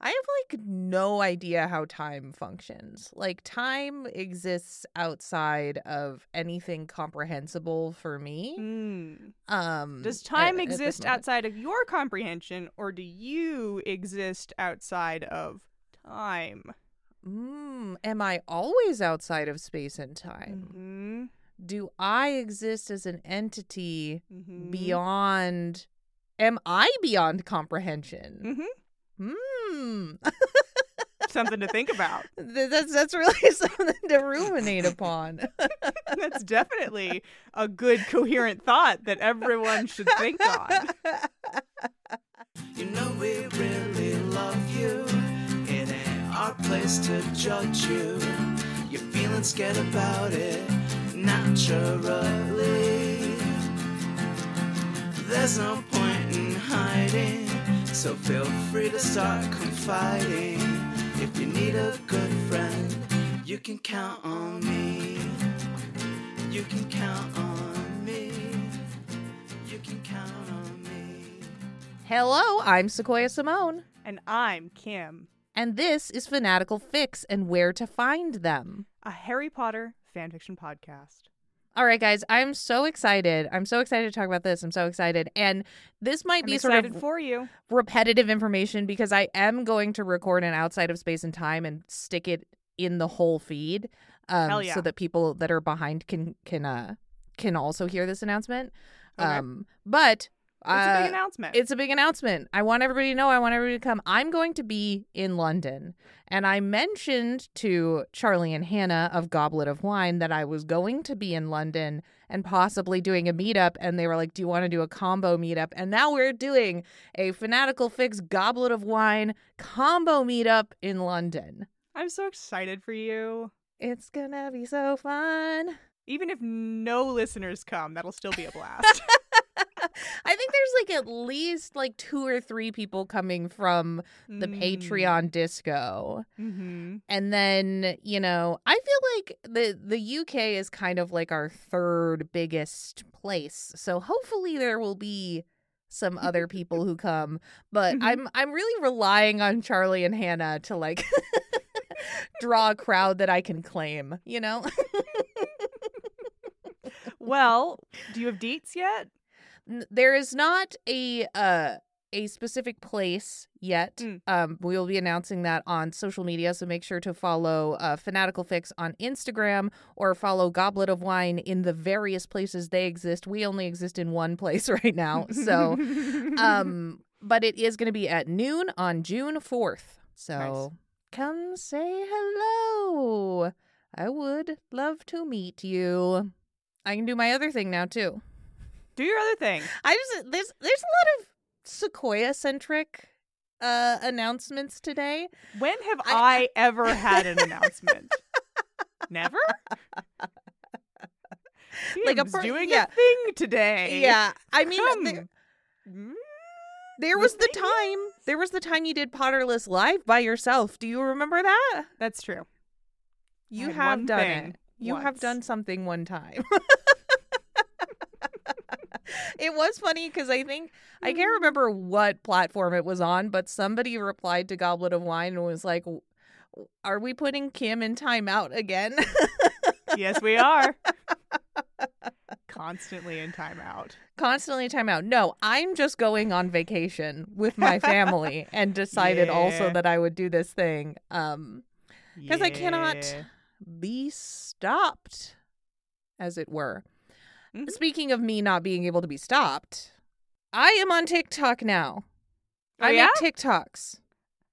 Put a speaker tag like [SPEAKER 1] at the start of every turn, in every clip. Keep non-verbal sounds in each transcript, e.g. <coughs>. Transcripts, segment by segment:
[SPEAKER 1] I have like no idea how time functions. Like time exists outside of anything comprehensible for me.
[SPEAKER 2] Mm.
[SPEAKER 1] Um
[SPEAKER 2] Does
[SPEAKER 1] at-
[SPEAKER 2] time
[SPEAKER 1] at this
[SPEAKER 2] exist
[SPEAKER 1] moment.
[SPEAKER 2] outside of your comprehension, or do you exist outside of time?
[SPEAKER 1] Mm, am I always outside of space and time?
[SPEAKER 2] Mm-hmm.
[SPEAKER 1] Do I exist as an entity
[SPEAKER 2] Mm-hmm.
[SPEAKER 1] beyond am I beyond comprehension?
[SPEAKER 2] hmm
[SPEAKER 1] Hmm.
[SPEAKER 2] Something to think about.
[SPEAKER 1] <laughs> Th- That's that's really <laughs> something to ruminate
[SPEAKER 2] <laughs>
[SPEAKER 1] upon. <laughs>
[SPEAKER 2] That's definitely a good, coherent thought that everyone should think
[SPEAKER 1] <laughs>
[SPEAKER 2] on.
[SPEAKER 3] You know we really love you. It ain't our place to judge you. You're feeling scared about it naturally. There's no point in hiding, so feel free to start confiding. If you need a good friend, you can count on me. You can count on me. You can count on me.
[SPEAKER 1] Hello, I'm Sequoia Simone,
[SPEAKER 2] And I'm Kim,
[SPEAKER 1] and this is Fanatical Fix and Where to Find Them.
[SPEAKER 2] a Harry Potter fanfiction podcast.
[SPEAKER 1] All right, guys, I'm so excited. I'm so excited to talk about this. I'm so excited, and this might
[SPEAKER 2] I'm
[SPEAKER 1] be sort
[SPEAKER 2] excited
[SPEAKER 1] of
[SPEAKER 2] for you.
[SPEAKER 1] repetitive information because I am going to record an outside of space and time and stick it in the whole feed, um,
[SPEAKER 2] Hell yeah.
[SPEAKER 1] so that people that are behind can can uh can also hear this announcement.
[SPEAKER 2] Okay.
[SPEAKER 1] Um, but
[SPEAKER 2] It's a
[SPEAKER 1] uh,
[SPEAKER 2] big announcement.
[SPEAKER 1] It's a big announcement. I want everybody to know. I want everybody to come. I'm going to be in London. And I mentioned to Charlie and Hannah of Goblet of Wine that I was going to be in London and possibly doing a meetup. And they were like, Do you want to do a combo meetup? And now we're doing a Fanatical Fix Goblet of Wine combo meetup in London.
[SPEAKER 2] I'm so excited for you.
[SPEAKER 1] It's going to be so fun. <laughs>
[SPEAKER 2] Even if no listeners come, that'll still be a blast.
[SPEAKER 1] I think there's like at least like two or three people coming from the
[SPEAKER 2] Mm.
[SPEAKER 1] Patreon disco.
[SPEAKER 2] Mm-hmm.
[SPEAKER 1] and then you know i feel like the the uk is kind of like our third biggest place so hopefully there will be some other people who come but
[SPEAKER 2] Mhm.
[SPEAKER 1] i'm i'm really relying on charlie and hannah to like <laughs> draw a crowd that i can claim you know
[SPEAKER 2] Well, do you have deets yet?
[SPEAKER 1] N- there is not a uh a specific place yet.
[SPEAKER 2] Mm.
[SPEAKER 1] Um, we will be announcing that on social media, so make sure to follow uh, Fanatical Fix on Instagram or follow Goblet of Wine in the various places they exist. We only exist in one place <laughs> right
[SPEAKER 2] <laughs>
[SPEAKER 1] now, Oh, so um, but it is going to be at noon on June fourth. So
[SPEAKER 2] Nice.
[SPEAKER 1] come say hello. I would love to meet you. I can do my other thing now too.
[SPEAKER 2] do your other thing.
[SPEAKER 1] I just there's there's a lot of sequoia centric uh announcements today.
[SPEAKER 2] When have I,
[SPEAKER 1] I-
[SPEAKER 2] ever
[SPEAKER 1] <laughs>
[SPEAKER 2] had an announcement? Never.
[SPEAKER 1] Like a
[SPEAKER 2] Kim's
[SPEAKER 1] per-
[SPEAKER 2] doing
[SPEAKER 1] yeah.
[SPEAKER 2] a thing today.
[SPEAKER 1] Yeah. I mean
[SPEAKER 2] Come.
[SPEAKER 1] there,
[SPEAKER 2] Mm,
[SPEAKER 1] there
[SPEAKER 2] the
[SPEAKER 1] was the
[SPEAKER 2] thing
[SPEAKER 1] time there was the time you did Potterless live by yourself. Do you remember that?
[SPEAKER 2] That's true.
[SPEAKER 1] You
[SPEAKER 2] had
[SPEAKER 1] have
[SPEAKER 2] one
[SPEAKER 1] done
[SPEAKER 2] thing
[SPEAKER 1] it. You have
[SPEAKER 2] once.
[SPEAKER 1] done something one time. <laughs> it was funny because I think I can't
[SPEAKER 2] Mm.
[SPEAKER 1] remember what platform it was on, but somebody replied to Goblet of Wine and was like, "W- "Are we putting Kim in timeout again?"
[SPEAKER 2] Yes, we
[SPEAKER 1] <laughs>
[SPEAKER 2] are. Constantly in timeout.
[SPEAKER 1] constantly time out. No, I'm just going on vacation with my family and
[SPEAKER 2] <laughs>
[SPEAKER 1] decided also
[SPEAKER 2] Yeah.
[SPEAKER 1] that I would do this thing. Um
[SPEAKER 2] Because
[SPEAKER 1] 'Cause I cannot- be stopped as it were.
[SPEAKER 2] Mhm.
[SPEAKER 1] Speaking of me not being able to be stopped, I am on TikTok now.
[SPEAKER 2] Oh,
[SPEAKER 1] I
[SPEAKER 2] yeah?
[SPEAKER 1] make TikToks.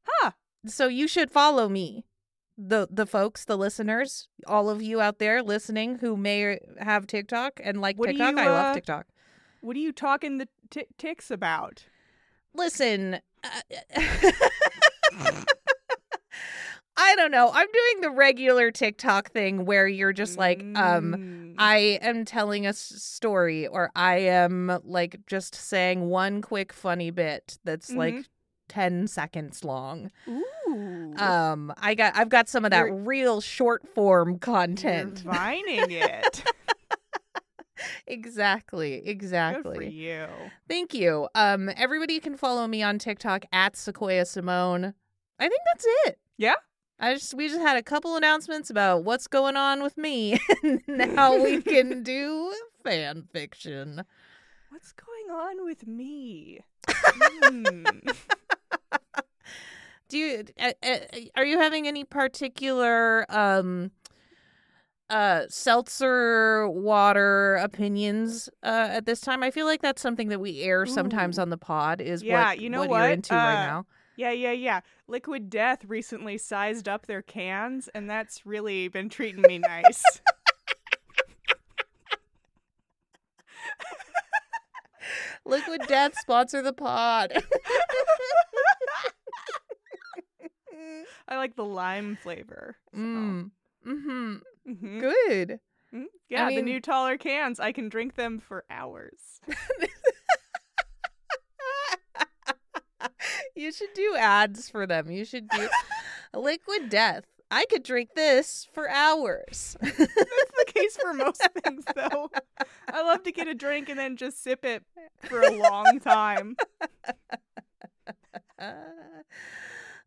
[SPEAKER 2] Huh.
[SPEAKER 1] So you should follow me. The the folks, the listeners, all of you out there listening who may have TikTok and like
[SPEAKER 2] What do
[SPEAKER 1] TikTok,
[SPEAKER 2] you,
[SPEAKER 1] I love
[SPEAKER 2] uh,
[SPEAKER 1] TikTok.
[SPEAKER 2] What are you talking the t- ticks about?
[SPEAKER 1] listen uh, <laughs> i don't know i'm doing the regular tiktok thing where you're just like um
[SPEAKER 2] Mm.
[SPEAKER 1] i am telling a s- story or i am like just saying one quick funny bit that's like 10 seconds long
[SPEAKER 2] Mm-hmm. Ooh.
[SPEAKER 1] um i got i've got some of that
[SPEAKER 2] You're-
[SPEAKER 1] real short form
[SPEAKER 2] You're
[SPEAKER 1] content <laughs>
[SPEAKER 2] vining it.
[SPEAKER 1] exactly
[SPEAKER 2] Good
[SPEAKER 1] exactly
[SPEAKER 2] for you.
[SPEAKER 1] Thank you. Um, everybody can follow me on TikTok at Sequoia Simone. I think that's it.
[SPEAKER 2] Yeah?
[SPEAKER 1] I just we just had a couple announcements about what's going on with me <laughs>
[SPEAKER 2] <laughs>
[SPEAKER 1] and now we can do fan fiction.
[SPEAKER 2] What's going on with me? <laughs> Hmm.
[SPEAKER 1] Do you uh, uh, are you having any particular um uh seltzer water opinions uh at this time? I feel like that's something that we air sometimes on the pod is
[SPEAKER 2] Yeah,
[SPEAKER 1] what
[SPEAKER 2] you know
[SPEAKER 1] what,
[SPEAKER 2] what?
[SPEAKER 1] you're into right
[SPEAKER 2] Uh,
[SPEAKER 1] now.
[SPEAKER 2] Yeah, yeah, yeah. Liquid Death recently sized up their cans, and that's really been treating me <laughs> nice.
[SPEAKER 1] Liquid Death sponsor the pod.
[SPEAKER 2] <laughs>
[SPEAKER 1] <laughs>
[SPEAKER 2] I like the lime flavor. so.
[SPEAKER 1] mm. Mhm.
[SPEAKER 2] Mhm.
[SPEAKER 1] Good.
[SPEAKER 2] Mm, Yeah, the
[SPEAKER 1] mean-
[SPEAKER 2] new taller cans. I can drink them for hours. <laughs>
[SPEAKER 1] you should do ads for them. You should
[SPEAKER 2] <laughs>
[SPEAKER 1] do liquid death. I could drink this for hours. <laughs>
[SPEAKER 2] That's the case for most things, though. I love to get a drink and then just sip it for a long <laughs> time.
[SPEAKER 1] Ah.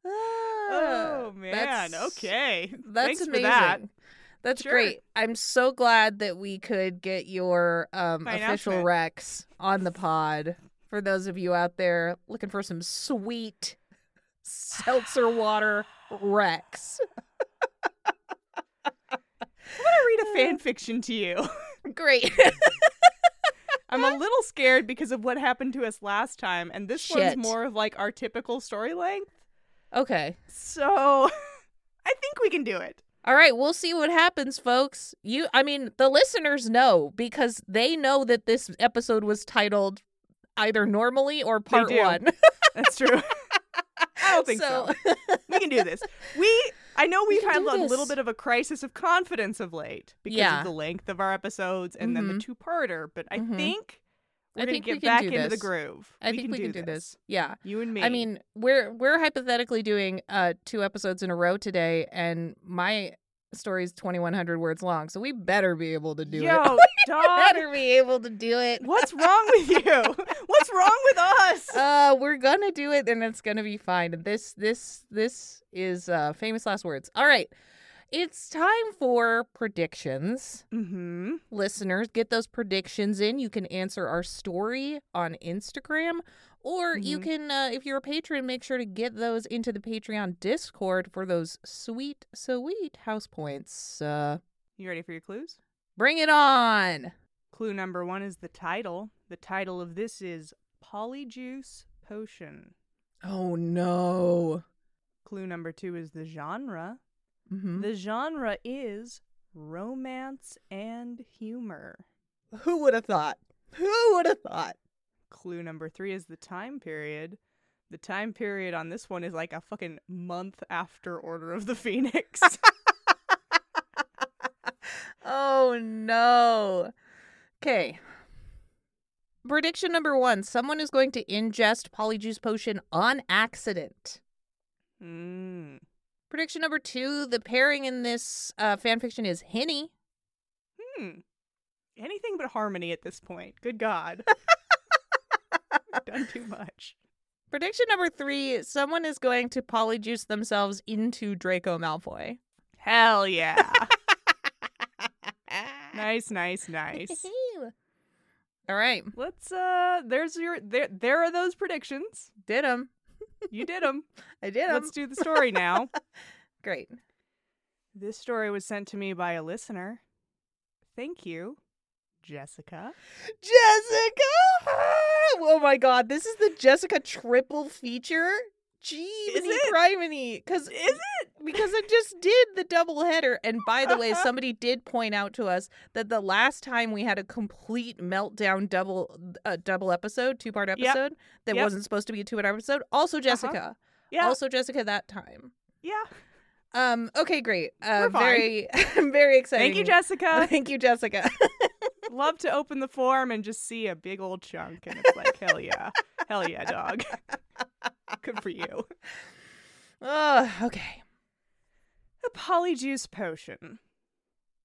[SPEAKER 2] Oh man.
[SPEAKER 1] That's-
[SPEAKER 2] okay.
[SPEAKER 1] That's
[SPEAKER 2] Thanks
[SPEAKER 1] amazing.
[SPEAKER 2] for that.
[SPEAKER 1] That's
[SPEAKER 2] Sure.
[SPEAKER 1] great. I'm so glad that we could get your um,
[SPEAKER 2] My
[SPEAKER 1] official
[SPEAKER 2] announcement.
[SPEAKER 1] Rex on the pod. For those of you out there looking for some sweet
[SPEAKER 2] <sighs>
[SPEAKER 1] seltzer water Rex.
[SPEAKER 2] I read a
[SPEAKER 1] Uh.
[SPEAKER 2] fan fiction to you. <laughs>
[SPEAKER 1] Great.
[SPEAKER 2] I'm a little scared because of what happened to us last time, and this
[SPEAKER 1] Shit.
[SPEAKER 2] one's more of like our typical story length.
[SPEAKER 1] okay.
[SPEAKER 2] So <laughs> I think we can do it.
[SPEAKER 1] All right, we'll see what happens, folks. You, I mean, the listeners know because they know that this episode was titled either normally or part
[SPEAKER 2] do.
[SPEAKER 1] one.
[SPEAKER 2] That's
[SPEAKER 1] <laughs>
[SPEAKER 2] <laughs> true. I don't think so. We can do this. We I know we've
[SPEAKER 1] can
[SPEAKER 2] had
[SPEAKER 1] do
[SPEAKER 2] a little
[SPEAKER 1] this.
[SPEAKER 2] bit of a crisis of confidence of late because
[SPEAKER 1] Yeah.
[SPEAKER 2] of the length of our episodes and then the two-parter, but I
[SPEAKER 1] Mhm.
[SPEAKER 2] think we're
[SPEAKER 1] I
[SPEAKER 2] gonna
[SPEAKER 1] think we
[SPEAKER 2] get
[SPEAKER 1] can
[SPEAKER 2] back
[SPEAKER 1] do
[SPEAKER 2] into the
[SPEAKER 1] this.
[SPEAKER 2] groove.
[SPEAKER 1] I think we can do this. Yeah.
[SPEAKER 2] You and me.
[SPEAKER 1] I mean, we're we're hypothetically doing uh two episodes in a row today, and my story's twenty one hundred words long, so we better be able to do <laughs> it.
[SPEAKER 2] yo, dog,
[SPEAKER 1] <laughs> Better be able to do it.
[SPEAKER 2] what's wrong with you?
[SPEAKER 1] <laughs>
[SPEAKER 2] What's wrong with us?
[SPEAKER 1] Uh, we're gonna do it, and it's gonna be fine. And this, this, this is uh, famous last words. All right, it's time for predictions.
[SPEAKER 2] mm-hmm.
[SPEAKER 1] Listeners, get those predictions in. You can answer our story on Instagram, or you
[SPEAKER 2] Mhm.
[SPEAKER 1] can, uh, if you're a patron, make sure to get those into the Patreon Discord for those sweet, sweet house points. Uh,
[SPEAKER 2] You ready for your clues?
[SPEAKER 1] bring it on!
[SPEAKER 2] Clue number one is the title. The title of this is Polyjuice Potion.
[SPEAKER 1] Oh no!
[SPEAKER 2] Clue number two is the genre.
[SPEAKER 1] hmm
[SPEAKER 2] The genre is romance and humor.
[SPEAKER 1] Who would have thought? Who would have thought?
[SPEAKER 2] Clue number three is the time period. The time period on this one is like a fucking month after Order of the Phoenix.
[SPEAKER 1] Oh no. Okay. Prediction number one someone is going to ingest polyjuice potion on accident.
[SPEAKER 2] mm.
[SPEAKER 1] Prediction number two the pairing in this uh, fanfiction is Henny.
[SPEAKER 2] Hmm. Anything but harmony at this point. Good God. We've Done too much.
[SPEAKER 1] Prediction number three someone is going to polyjuice themselves into Draco <laughs> Malfoy.
[SPEAKER 2] Hell yeah. nice, nice, nice.
[SPEAKER 1] All right.
[SPEAKER 2] Let's uh there's your there there are those predictions.
[SPEAKER 1] Did him.
[SPEAKER 2] You <laughs> did them.
[SPEAKER 1] I did him.
[SPEAKER 2] Let's do the story <laughs> now.
[SPEAKER 1] Great.
[SPEAKER 2] This story was sent to me by a listener. Thank you, Jessica.
[SPEAKER 1] Jessica! Oh my god, this is the Jessica triple feature. Jeebity
[SPEAKER 2] it?
[SPEAKER 1] criminy. Cause
[SPEAKER 2] it?
[SPEAKER 1] because I just did the double header. And by the way,
[SPEAKER 2] <laughs>
[SPEAKER 1] somebody did point out to us that the last time we had a complete meltdown double uh, double episode, two part episode that
[SPEAKER 2] Yep. Uh-huh.
[SPEAKER 1] wasn't supposed to be a two part episode. Also Jessica.
[SPEAKER 2] Yeah.
[SPEAKER 1] Also Jessica that time.
[SPEAKER 2] yeah.
[SPEAKER 1] Um. Okay. Great. Uh,
[SPEAKER 2] We're fine.
[SPEAKER 1] very. <laughs> I'm very excited.
[SPEAKER 2] Thank you, <laughs> Jessica.
[SPEAKER 1] <laughs> Thank you, Jessica. <laughs>
[SPEAKER 2] Love to open the form and just see a big old chunk and it's like, hell yeah. Hell yeah, dog. <laughs> Good for you.
[SPEAKER 1] Ugh, okay.
[SPEAKER 2] A polyjuice potion.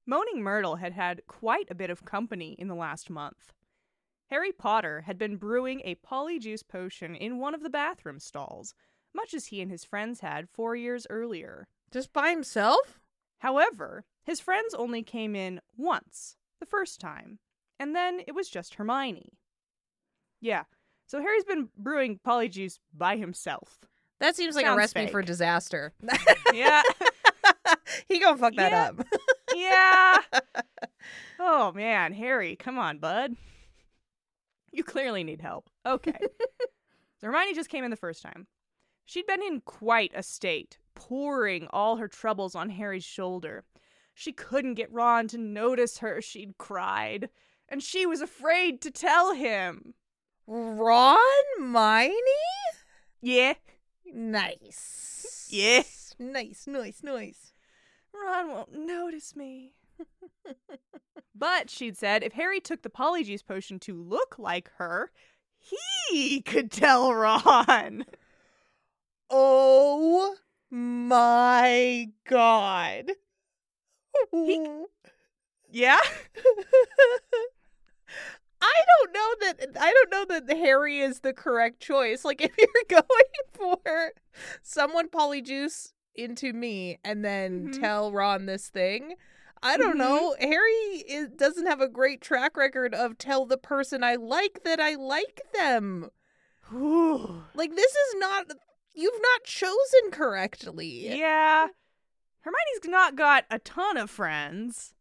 [SPEAKER 2] Moaning Myrtle had had quite a bit of company in the last month. Harry Potter had been brewing a polyjuice potion in one of the bathroom stalls, much as he and his friends had four years earlier.
[SPEAKER 1] Just by himself?
[SPEAKER 2] However, his friends only came in once, the first time, and then it was just Hermione. Yeah, so Harry's been brewing polyjuice by himself.
[SPEAKER 1] That seems like a
[SPEAKER 2] Sounds
[SPEAKER 1] recipe for
[SPEAKER 2] fake.
[SPEAKER 1] disaster. <laughs>
[SPEAKER 2] Yeah,
[SPEAKER 1] he gonna fuck that
[SPEAKER 2] Yeah.
[SPEAKER 1] up. <laughs>
[SPEAKER 2] yeah. Oh man, Harry, come on, bud. You clearly need help. Okay. so Hermione just came in the first time. She'd been in quite a state, pouring all her troubles on Harry's shoulder. She couldn't get Ron to notice her. She'd cried, and she was afraid to tell him.
[SPEAKER 1] Ron Miney?
[SPEAKER 2] Yeah,
[SPEAKER 1] Nice.
[SPEAKER 2] Yeah.
[SPEAKER 1] Nice, nice, nice.
[SPEAKER 2] Ron won't notice me. but she'd said if Harry took the polyjuice potion to look like her, he could tell Ron. <laughs>
[SPEAKER 1] Oh my god.
[SPEAKER 2] Yeah?
[SPEAKER 1] I don't know that I don't know that Harry is the correct choice. Like <laughs> if you're going for someone polyjuice into me and then
[SPEAKER 2] Mhm.
[SPEAKER 1] tell Ron this thing, I don't
[SPEAKER 2] Mhm.
[SPEAKER 1] know. Harry is, doesn't have a great track record of tell the person I like that I like them. Like this is not you've not chosen correctly.
[SPEAKER 2] yeah. Hermione's not got a ton of friends.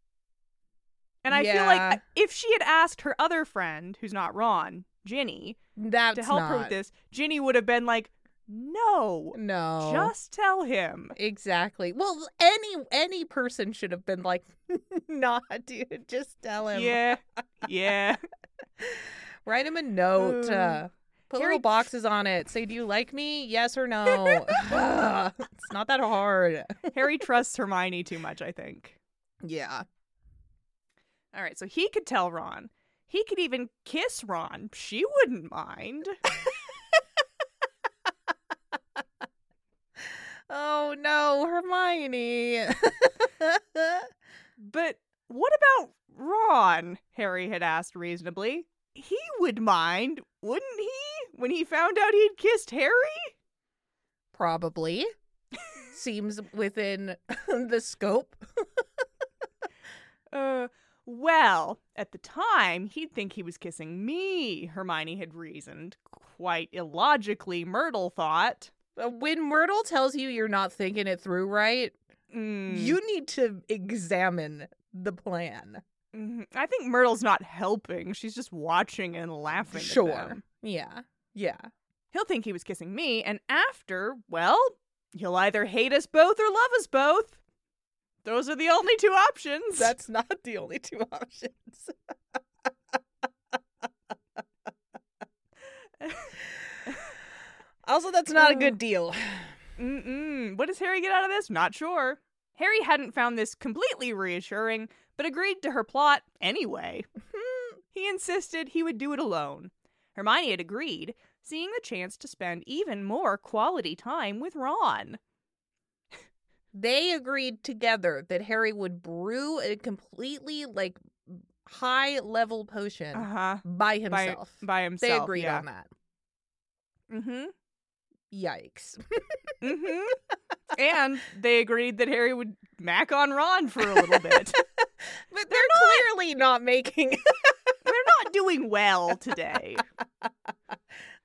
[SPEAKER 2] And I feel
[SPEAKER 1] Yeah.
[SPEAKER 2] like if she had asked her other friend, who's not Ron, Ginny,
[SPEAKER 1] That's
[SPEAKER 2] to help her
[SPEAKER 1] not-
[SPEAKER 2] with this, Ginny would have been like, no,
[SPEAKER 1] No.
[SPEAKER 2] just tell him.
[SPEAKER 1] Exactly. Well, any any person should have been like, <laughs> "Nah, dude, just tell him. <laughs>
[SPEAKER 2] Yeah. Yeah.
[SPEAKER 1] Write him a note.
[SPEAKER 2] Ooh.
[SPEAKER 1] Uh, put
[SPEAKER 2] Harry-
[SPEAKER 1] little boxes on it. Say, do you like me? Yes or no. <laughs> Ugh, it's not that hard.
[SPEAKER 2] Harry trusts Hermione too much, I think.
[SPEAKER 1] Yeah.
[SPEAKER 2] All right, so he could tell Ron. He could even kiss Ron. She wouldn't mind.
[SPEAKER 1] Oh no, Hermione. <laughs>
[SPEAKER 2] But what about Ron? Harry had asked reasonably. He would mind, wouldn't he? When he found out he'd kissed Harry? <laughs>
[SPEAKER 1] Probably seems within <laughs> the scope.
[SPEAKER 2] Uh, well, at the time, he'd think he was kissing me, Hermione had reasoned. Quite illogically, Myrtle thought.
[SPEAKER 1] Uh, When Myrtle tells you you're not thinking it through right,
[SPEAKER 2] Mm,
[SPEAKER 1] you need to examine the plan.
[SPEAKER 2] mhm. I think Myrtle's not helping. She's just watching and laughing. at them.
[SPEAKER 1] Sure. Yeah. Yeah.
[SPEAKER 2] <laughs> He'll think he was kissing me, and after, well, he'll either hate us both or love us both. Those are the only two
[SPEAKER 1] <laughs>
[SPEAKER 2] options.
[SPEAKER 1] That's not the only two options. <laughs> also, that's not a
[SPEAKER 2] Uh.
[SPEAKER 1] good deal.
[SPEAKER 2] Mm-mm. What does Harry get out of this? Not sure. Harry hadn't found this completely reassuring, but agreed to her plot
[SPEAKER 1] <laughs>
[SPEAKER 2] anyway. he insisted he would do it alone. Hermione had agreed, seeing the chance to spend even more quality time with Ron.
[SPEAKER 1] They agreed together that Harry would brew a completely like high level potion
[SPEAKER 2] huh.
[SPEAKER 1] by
[SPEAKER 2] Ah. Uh-huh. By,
[SPEAKER 1] himself.
[SPEAKER 2] by himself.
[SPEAKER 1] they agreed
[SPEAKER 2] yeah.
[SPEAKER 1] on that.
[SPEAKER 2] Mm-hmm.
[SPEAKER 1] Yikes.
[SPEAKER 2] hmm and they agreed that Harry would mac on Ron for a little bit.
[SPEAKER 1] But they're, clearly not making. <laughs>
[SPEAKER 2] They're not doing well today,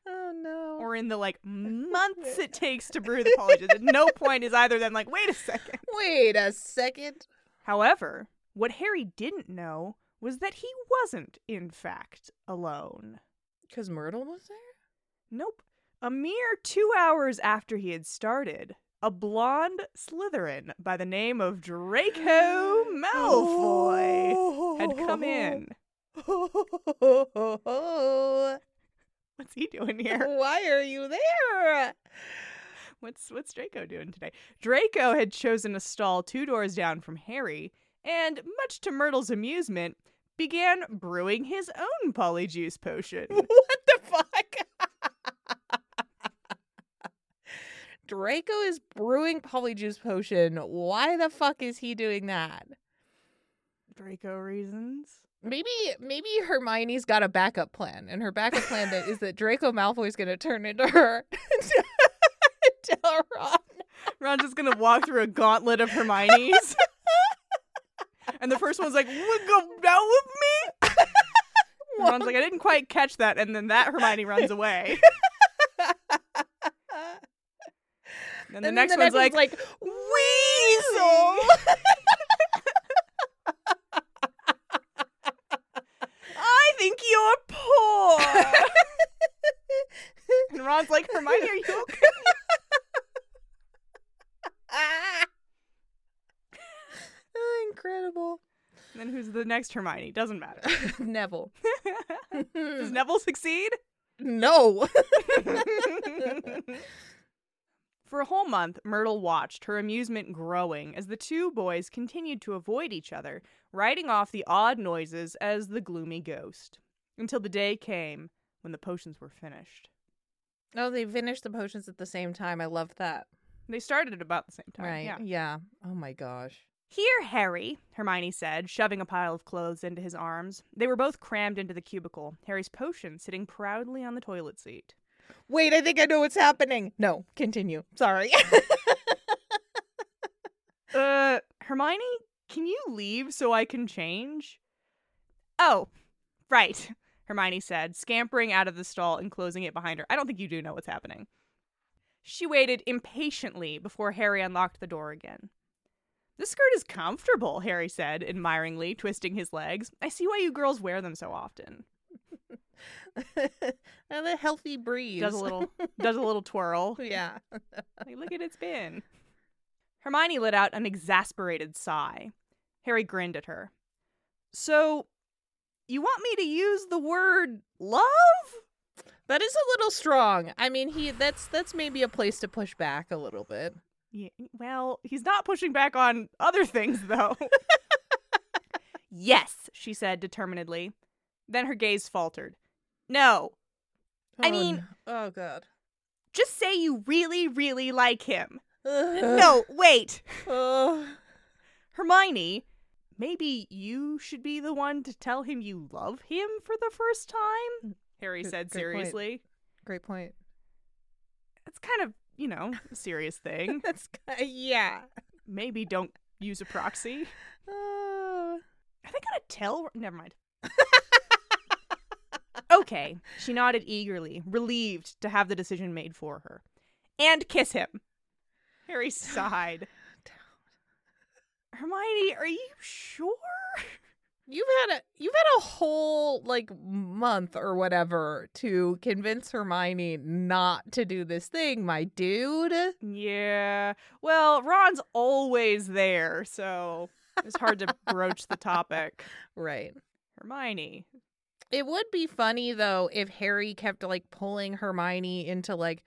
[SPEAKER 1] oh no.
[SPEAKER 2] or in the like months it takes to brew the polyjuice. At no point is either of them like, wait a second.
[SPEAKER 1] Wait a second.
[SPEAKER 2] However, what Harry didn't know was that he wasn't, in fact, alone.
[SPEAKER 1] Because Myrtle was there?
[SPEAKER 2] Nope. A mere two hours after he had started, a blonde Slytherin by the name
[SPEAKER 1] <gasps>
[SPEAKER 2] of Draco Malfoy had come in. What's he doing here?
[SPEAKER 1] <laughs> Why are you there?
[SPEAKER 2] <laughs> What's what's Draco doing today? Draco had chosen a stall two doors down from Harry, and much to Myrtle's amusement, began brewing his own polyjuice potion.
[SPEAKER 1] What the fuck? Draco is brewing polyjuice potion. Why the fuck is he doing that?
[SPEAKER 2] <laughs> Draco reasons.
[SPEAKER 1] Maybe maybe Hermione's got a backup <laughs> plan, and her backup plan that is that Draco Malfoy's gonna turn into her.
[SPEAKER 2] now just gonna walk through a gauntlet of <laughs> Hermione's. and the first one's like, "Would go down with me." <laughs> And Ron's like, "I didn't quite catch that," and then that Hermione runs <laughs> away. Then the
[SPEAKER 1] and
[SPEAKER 2] next
[SPEAKER 1] then
[SPEAKER 2] one's
[SPEAKER 1] the
[SPEAKER 2] like,
[SPEAKER 1] next <laughs> one's like,
[SPEAKER 2] "Weasel."
[SPEAKER 1] weasel.
[SPEAKER 2] I think you're poor. and Ron's like, Hermione, are you okay?
[SPEAKER 1] "Ah!" <laughs> <laughs> Incredible.
[SPEAKER 2] And then who's the next Hermione? Doesn't matter.
[SPEAKER 1] <laughs> Neville.
[SPEAKER 2] Does Neville succeed?
[SPEAKER 1] <laughs>
[SPEAKER 2] <laughs>
[SPEAKER 1] no.
[SPEAKER 2] For a whole month, Myrtle watched, her amusement growing as the two boys continued to avoid each other, writing off the odd noises as the gloomy ghost. Until the day came when the potions were finished.
[SPEAKER 1] No, Oh, they finished the potions at the same time. I love that.
[SPEAKER 2] They started at about the same time.
[SPEAKER 1] right.
[SPEAKER 2] Yeah.
[SPEAKER 1] Oh my gosh.
[SPEAKER 2] Here, Harry, Hermione said, shoving a pile of clothes into his arms. They were both crammed into the cubicle, Harry's potion sitting proudly on the toilet seat.
[SPEAKER 1] Wait, I think I know what's happening. No, continue. <laughs> Sorry.
[SPEAKER 2] Uh, Hermione, can you leave so I can change? Oh, right, <laughs> Hermione said, scampering out of the stall and closing it behind her. I don't think you do know what's happening. She waited impatiently before Harry unlocked the door again. This skirt is comfortable, Harry said, admiringly, twisting his legs. I see why you girls wear them so often.
[SPEAKER 1] and a healthy breeze.
[SPEAKER 2] Does a little does a little twirl.
[SPEAKER 1] yeah.
[SPEAKER 2] Like, look at its bin. Hermione let out an exasperated sigh. Harry grinned at her. So, you want me to use the word love?
[SPEAKER 1] That is a little strong. I mean, he that's that's maybe a place to push back a little bit.
[SPEAKER 2] Yeah, well, he's not pushing back on other things, though. yes, she said determinedly. Then her gaze faltered. No, I
[SPEAKER 1] Oh,
[SPEAKER 2] mean-
[SPEAKER 1] no. oh <laughs> god.
[SPEAKER 2] just say you really, really like him. no, wait.
[SPEAKER 1] <laughs> Oh.
[SPEAKER 2] Hermione, maybe you should be the one to tell him you love him for the first time? Harry
[SPEAKER 1] Good-
[SPEAKER 2] said
[SPEAKER 1] good point.
[SPEAKER 2] seriously.
[SPEAKER 1] Great point.
[SPEAKER 2] It's kind of, you know, a serious <laughs> thing.
[SPEAKER 1] <laughs> That's yeah.
[SPEAKER 2] maybe don't use a proxy.
[SPEAKER 1] Oh.
[SPEAKER 2] Are they gonna tell? Never <laughs> mind. okay. She nodded eagerly, relieved to have the decision made for her. And kiss him. Harry <laughs> sighed. Hermione, are you sure?
[SPEAKER 1] You've had a you've had a whole like month or whatever to convince Hermione not to do this thing, my dude.
[SPEAKER 2] Yeah. Well, Ron's always there, so it's hard to broach the topic.
[SPEAKER 1] Right.
[SPEAKER 2] Hermione.
[SPEAKER 1] It would be funny though if Harry kept like pulling Hermione into like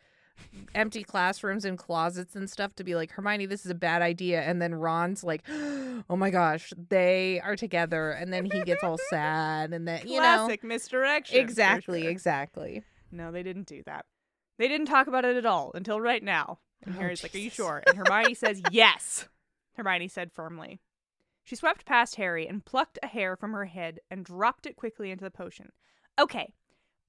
[SPEAKER 1] empty classrooms and closets and stuff to be like, Hermione, this is a bad idea. And then Ron's like, <gasps> oh my gosh, they are together. And then he gets all sad. And then, <laughs> you know,
[SPEAKER 2] Classic misdirection. for
[SPEAKER 1] exactly,
[SPEAKER 2] sure.
[SPEAKER 1] exactly.
[SPEAKER 2] No, they didn't do that. They didn't talk about it at all until right now. And
[SPEAKER 1] Oh,
[SPEAKER 2] Harry's like, Are you
[SPEAKER 1] Jesus.
[SPEAKER 2] sure? And
[SPEAKER 1] <laughs>
[SPEAKER 2] Hermione says, Yes. Hermione said firmly. She swept past Harry and plucked a hair from her head and dropped it quickly into the potion. Okay,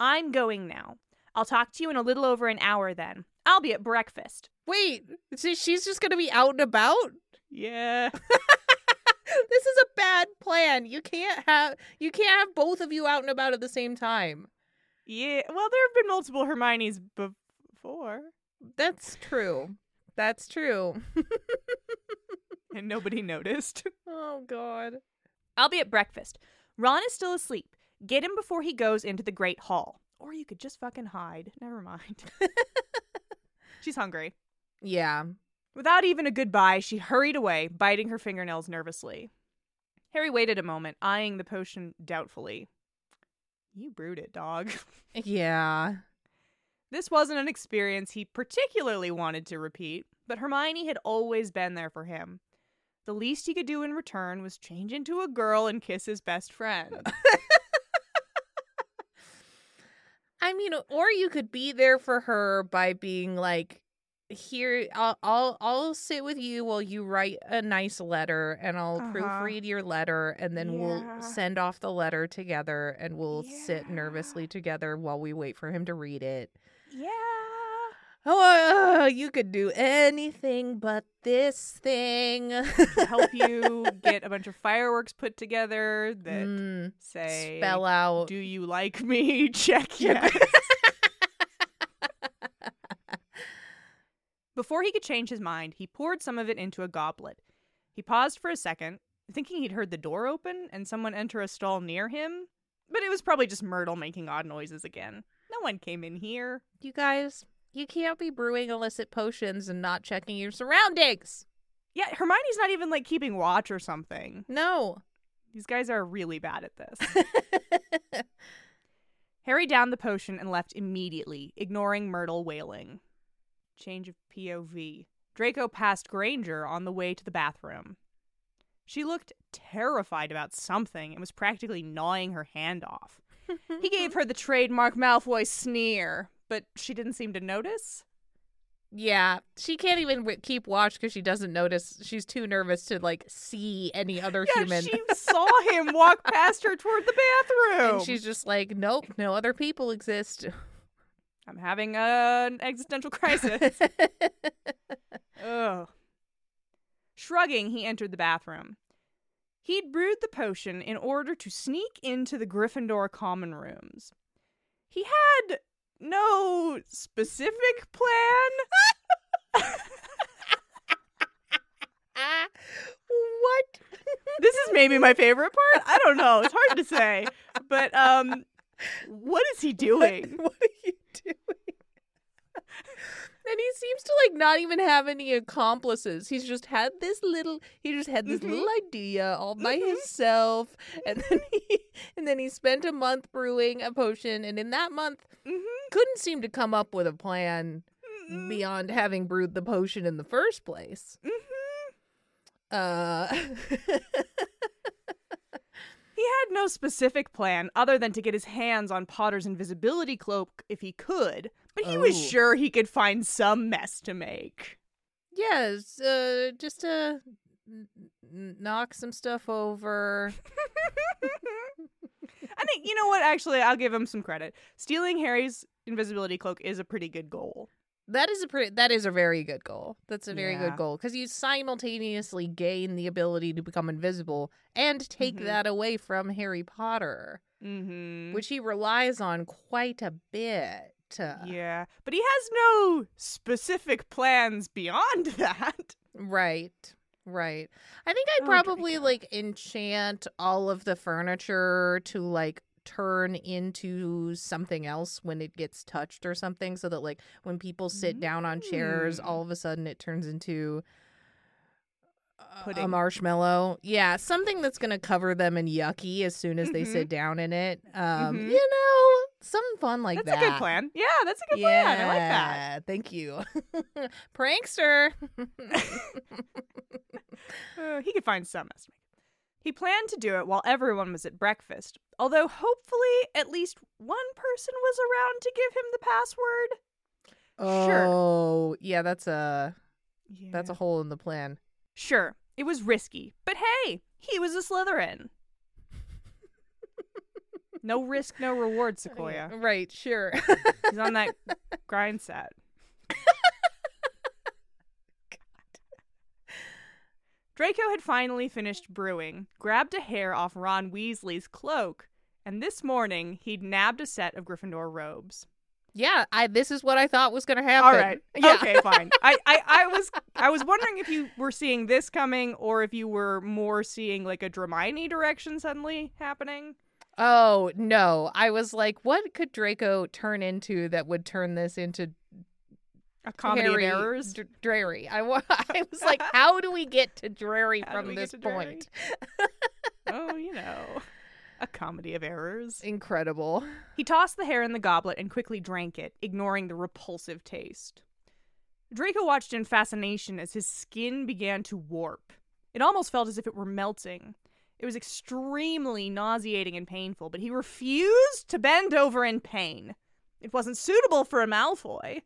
[SPEAKER 2] I'm going now. I'll talk to you in a little over an hour then. I'll be at breakfast.
[SPEAKER 1] Wait, so she's just going to be out and about? <laughs>
[SPEAKER 2] Yeah.
[SPEAKER 1] this is a bad plan. You can't have you can't have both of you out and about at the same time.
[SPEAKER 2] Yeah. Well, there have been multiple Hermione's before,
[SPEAKER 1] That's true. That's true.
[SPEAKER 2] and nobody <laughs> noticed.
[SPEAKER 1] Oh god.
[SPEAKER 2] I'll be at breakfast. Ron is still asleep. Get him before he goes into the Great Hall. Or you could just fucking hide. Never mind. <laughs> She's hungry.
[SPEAKER 1] Yeah.
[SPEAKER 2] Without even a goodbye, she hurried away, biting her fingernails nervously. Harry waited a moment, eyeing the potion doubtfully. You brewed it, dog.
[SPEAKER 1] Yeah.
[SPEAKER 2] This wasn't an experience he particularly wanted to repeat, but Hermione had always been there for him. The least he could do in return was change into a girl and kiss his
[SPEAKER 1] <laughs>
[SPEAKER 2] best friend.
[SPEAKER 1] I mean, or you could be there for her by being like, "Here, I'll, I'll, I'll sit with you while you write a nice letter, and I'll
[SPEAKER 2] Uh-huh.
[SPEAKER 1] proofread your letter, and then
[SPEAKER 2] Yeah.
[SPEAKER 1] we'll send off the letter together, and we'll sit
[SPEAKER 2] Yeah.
[SPEAKER 1] nervously together while we wait for him to read it."
[SPEAKER 2] yeah.
[SPEAKER 1] oh, you could do anything but this thing. <laughs>
[SPEAKER 2] to help you get a bunch of fireworks put together that
[SPEAKER 1] Mm,
[SPEAKER 2] say
[SPEAKER 1] spell out.
[SPEAKER 2] do you like me <laughs> check
[SPEAKER 1] Yeah.
[SPEAKER 2] yes before he could change his mind he poured some of it into a goblet he paused for a second thinking he'd heard the door open and someone enter a stall near him but it was probably just myrtle making odd noises again no one came in here
[SPEAKER 1] You guys, you can't be brewing illicit potions and not checking your surroundings.
[SPEAKER 2] yeah hermione's not even like keeping watch or something
[SPEAKER 1] No.
[SPEAKER 2] these guys are really bad at this Harry downed the potion and left immediately, ignoring Myrtle wailing. Change of POV. Draco passed Granger on the way to the bathroom. She looked terrified about something and was practically gnawing her hand off.
[SPEAKER 1] <laughs>
[SPEAKER 2] He gave her the trademark Malfoy sneer, but she didn't seem to notice.
[SPEAKER 1] yeah, she can't even w- keep watch because she doesn't notice. She's too nervous to like see any other
[SPEAKER 2] Yeah,
[SPEAKER 1] human.
[SPEAKER 2] she saw him walk past her toward the
[SPEAKER 1] <laughs>
[SPEAKER 2] bathroom.
[SPEAKER 1] and she's just like, nope, no other people exist.
[SPEAKER 2] I'm having an existential crisis. Ugh. Shrugging, he entered the bathroom. He'd brewed the potion in order to sneak into the Gryffindor common rooms. He had no specific plan.
[SPEAKER 1] Ah, what?
[SPEAKER 2] This is maybe my favorite part. I don't know. It's hard to say. But um what is he doing?
[SPEAKER 1] <laughs> What are you doing? and he seems to like not even have any accomplices. He's just had this little he just had this
[SPEAKER 2] Mhm.
[SPEAKER 1] little idea all by
[SPEAKER 2] Mhm.
[SPEAKER 1] himself. And then <laughs> he and then he spent a month brewing a potion and in that month
[SPEAKER 2] Mhm.
[SPEAKER 1] couldn't seem to come up with a plan
[SPEAKER 2] Mm-mm.
[SPEAKER 1] beyond having brewed the potion in the first place.
[SPEAKER 2] Mhm.
[SPEAKER 1] Uh <laughs>
[SPEAKER 2] He had no specific plan other than to get his hands on Potter's invisibility cloak if he could, but he was
[SPEAKER 1] Oh.
[SPEAKER 2] sure he could find some mess to make.
[SPEAKER 1] yes, uh just uh n- n- knock some stuff over.
[SPEAKER 2] <laughs> I think you know what. Actually, I'll give him some credit. Stealing Harry's invisibility cloak is a pretty good goal.
[SPEAKER 1] That is a pretty. That is a very good goal. That's a very
[SPEAKER 2] Yeah.
[SPEAKER 1] good goal because you simultaneously gain the ability to become invisible and take
[SPEAKER 2] Mhm.
[SPEAKER 1] that away from Harry Potter,
[SPEAKER 2] Mm-hmm.
[SPEAKER 1] which uh, he relies on quite a bit.
[SPEAKER 2] yeah, but he has no specific plans beyond <laughs> that.
[SPEAKER 1] Right. Right. I think
[SPEAKER 2] Oh,
[SPEAKER 1] I'd probably
[SPEAKER 2] Draco.
[SPEAKER 1] like enchant all of the furniture to like turn into something else when it gets touched or something so that like when people sit down on chairs
[SPEAKER 2] Mm.
[SPEAKER 1] all of a sudden it turns into a- a
[SPEAKER 2] Pudding.
[SPEAKER 1] marshmallow. Yeah, something that's going to cover them in yucky as soon as they
[SPEAKER 2] Mhm.
[SPEAKER 1] sit down in it. Um,
[SPEAKER 2] Mhm.
[SPEAKER 1] you know, something fun like
[SPEAKER 2] that's
[SPEAKER 1] that.
[SPEAKER 2] a good plan. Yeah, that's a good plan. I like that.
[SPEAKER 1] Yeah, Thank you. <laughs> Prankster.
[SPEAKER 2] Uh, he could find some estimate. He planned to do it while everyone was at breakfast, although hopefully at least one person was around to give him the password. Sure.
[SPEAKER 1] Oh, yeah, that's a that's a hole in the plan.
[SPEAKER 2] Sure, it was risky, but hey, he was a Slytherin. no risk, no reward,
[SPEAKER 1] Oh,
[SPEAKER 2] Sequoia.
[SPEAKER 1] <laughs> Right, sure.
[SPEAKER 2] He's on that grind set. Draco had finally finished brewing, grabbed a hair off Ron Weasley's cloak, and this morning he'd nabbed a set of Gryffindor robes.
[SPEAKER 1] yeah, I this is what I thought was going to happen.
[SPEAKER 2] All right.
[SPEAKER 1] <laughs> Yeah.
[SPEAKER 2] Okay, fine. I, I, I was I was wondering if you were seeing this coming or if you were more seeing like a Dramini direction suddenly happening.
[SPEAKER 1] Oh, no. I was like, what could Draco turn into that would turn this into
[SPEAKER 2] A comedy
[SPEAKER 1] Harry
[SPEAKER 2] of
[SPEAKER 1] <laughs>
[SPEAKER 2] errors.
[SPEAKER 1] D- dreary. I, wa- <laughs> I was like, how do we get to dreary
[SPEAKER 2] How do
[SPEAKER 1] from
[SPEAKER 2] we get
[SPEAKER 1] this
[SPEAKER 2] to dreary?
[SPEAKER 1] point?
[SPEAKER 2] oh, you know. A comedy of errors.
[SPEAKER 1] Incredible.
[SPEAKER 2] He tossed the hair in the goblet and quickly drank it, ignoring the repulsive taste. Draco watched in fascination as his skin began to warp. It almost felt as if it were melting. It was extremely nauseating and painful, but he refused to bend over in pain. It wasn't suitable for a Malfoy.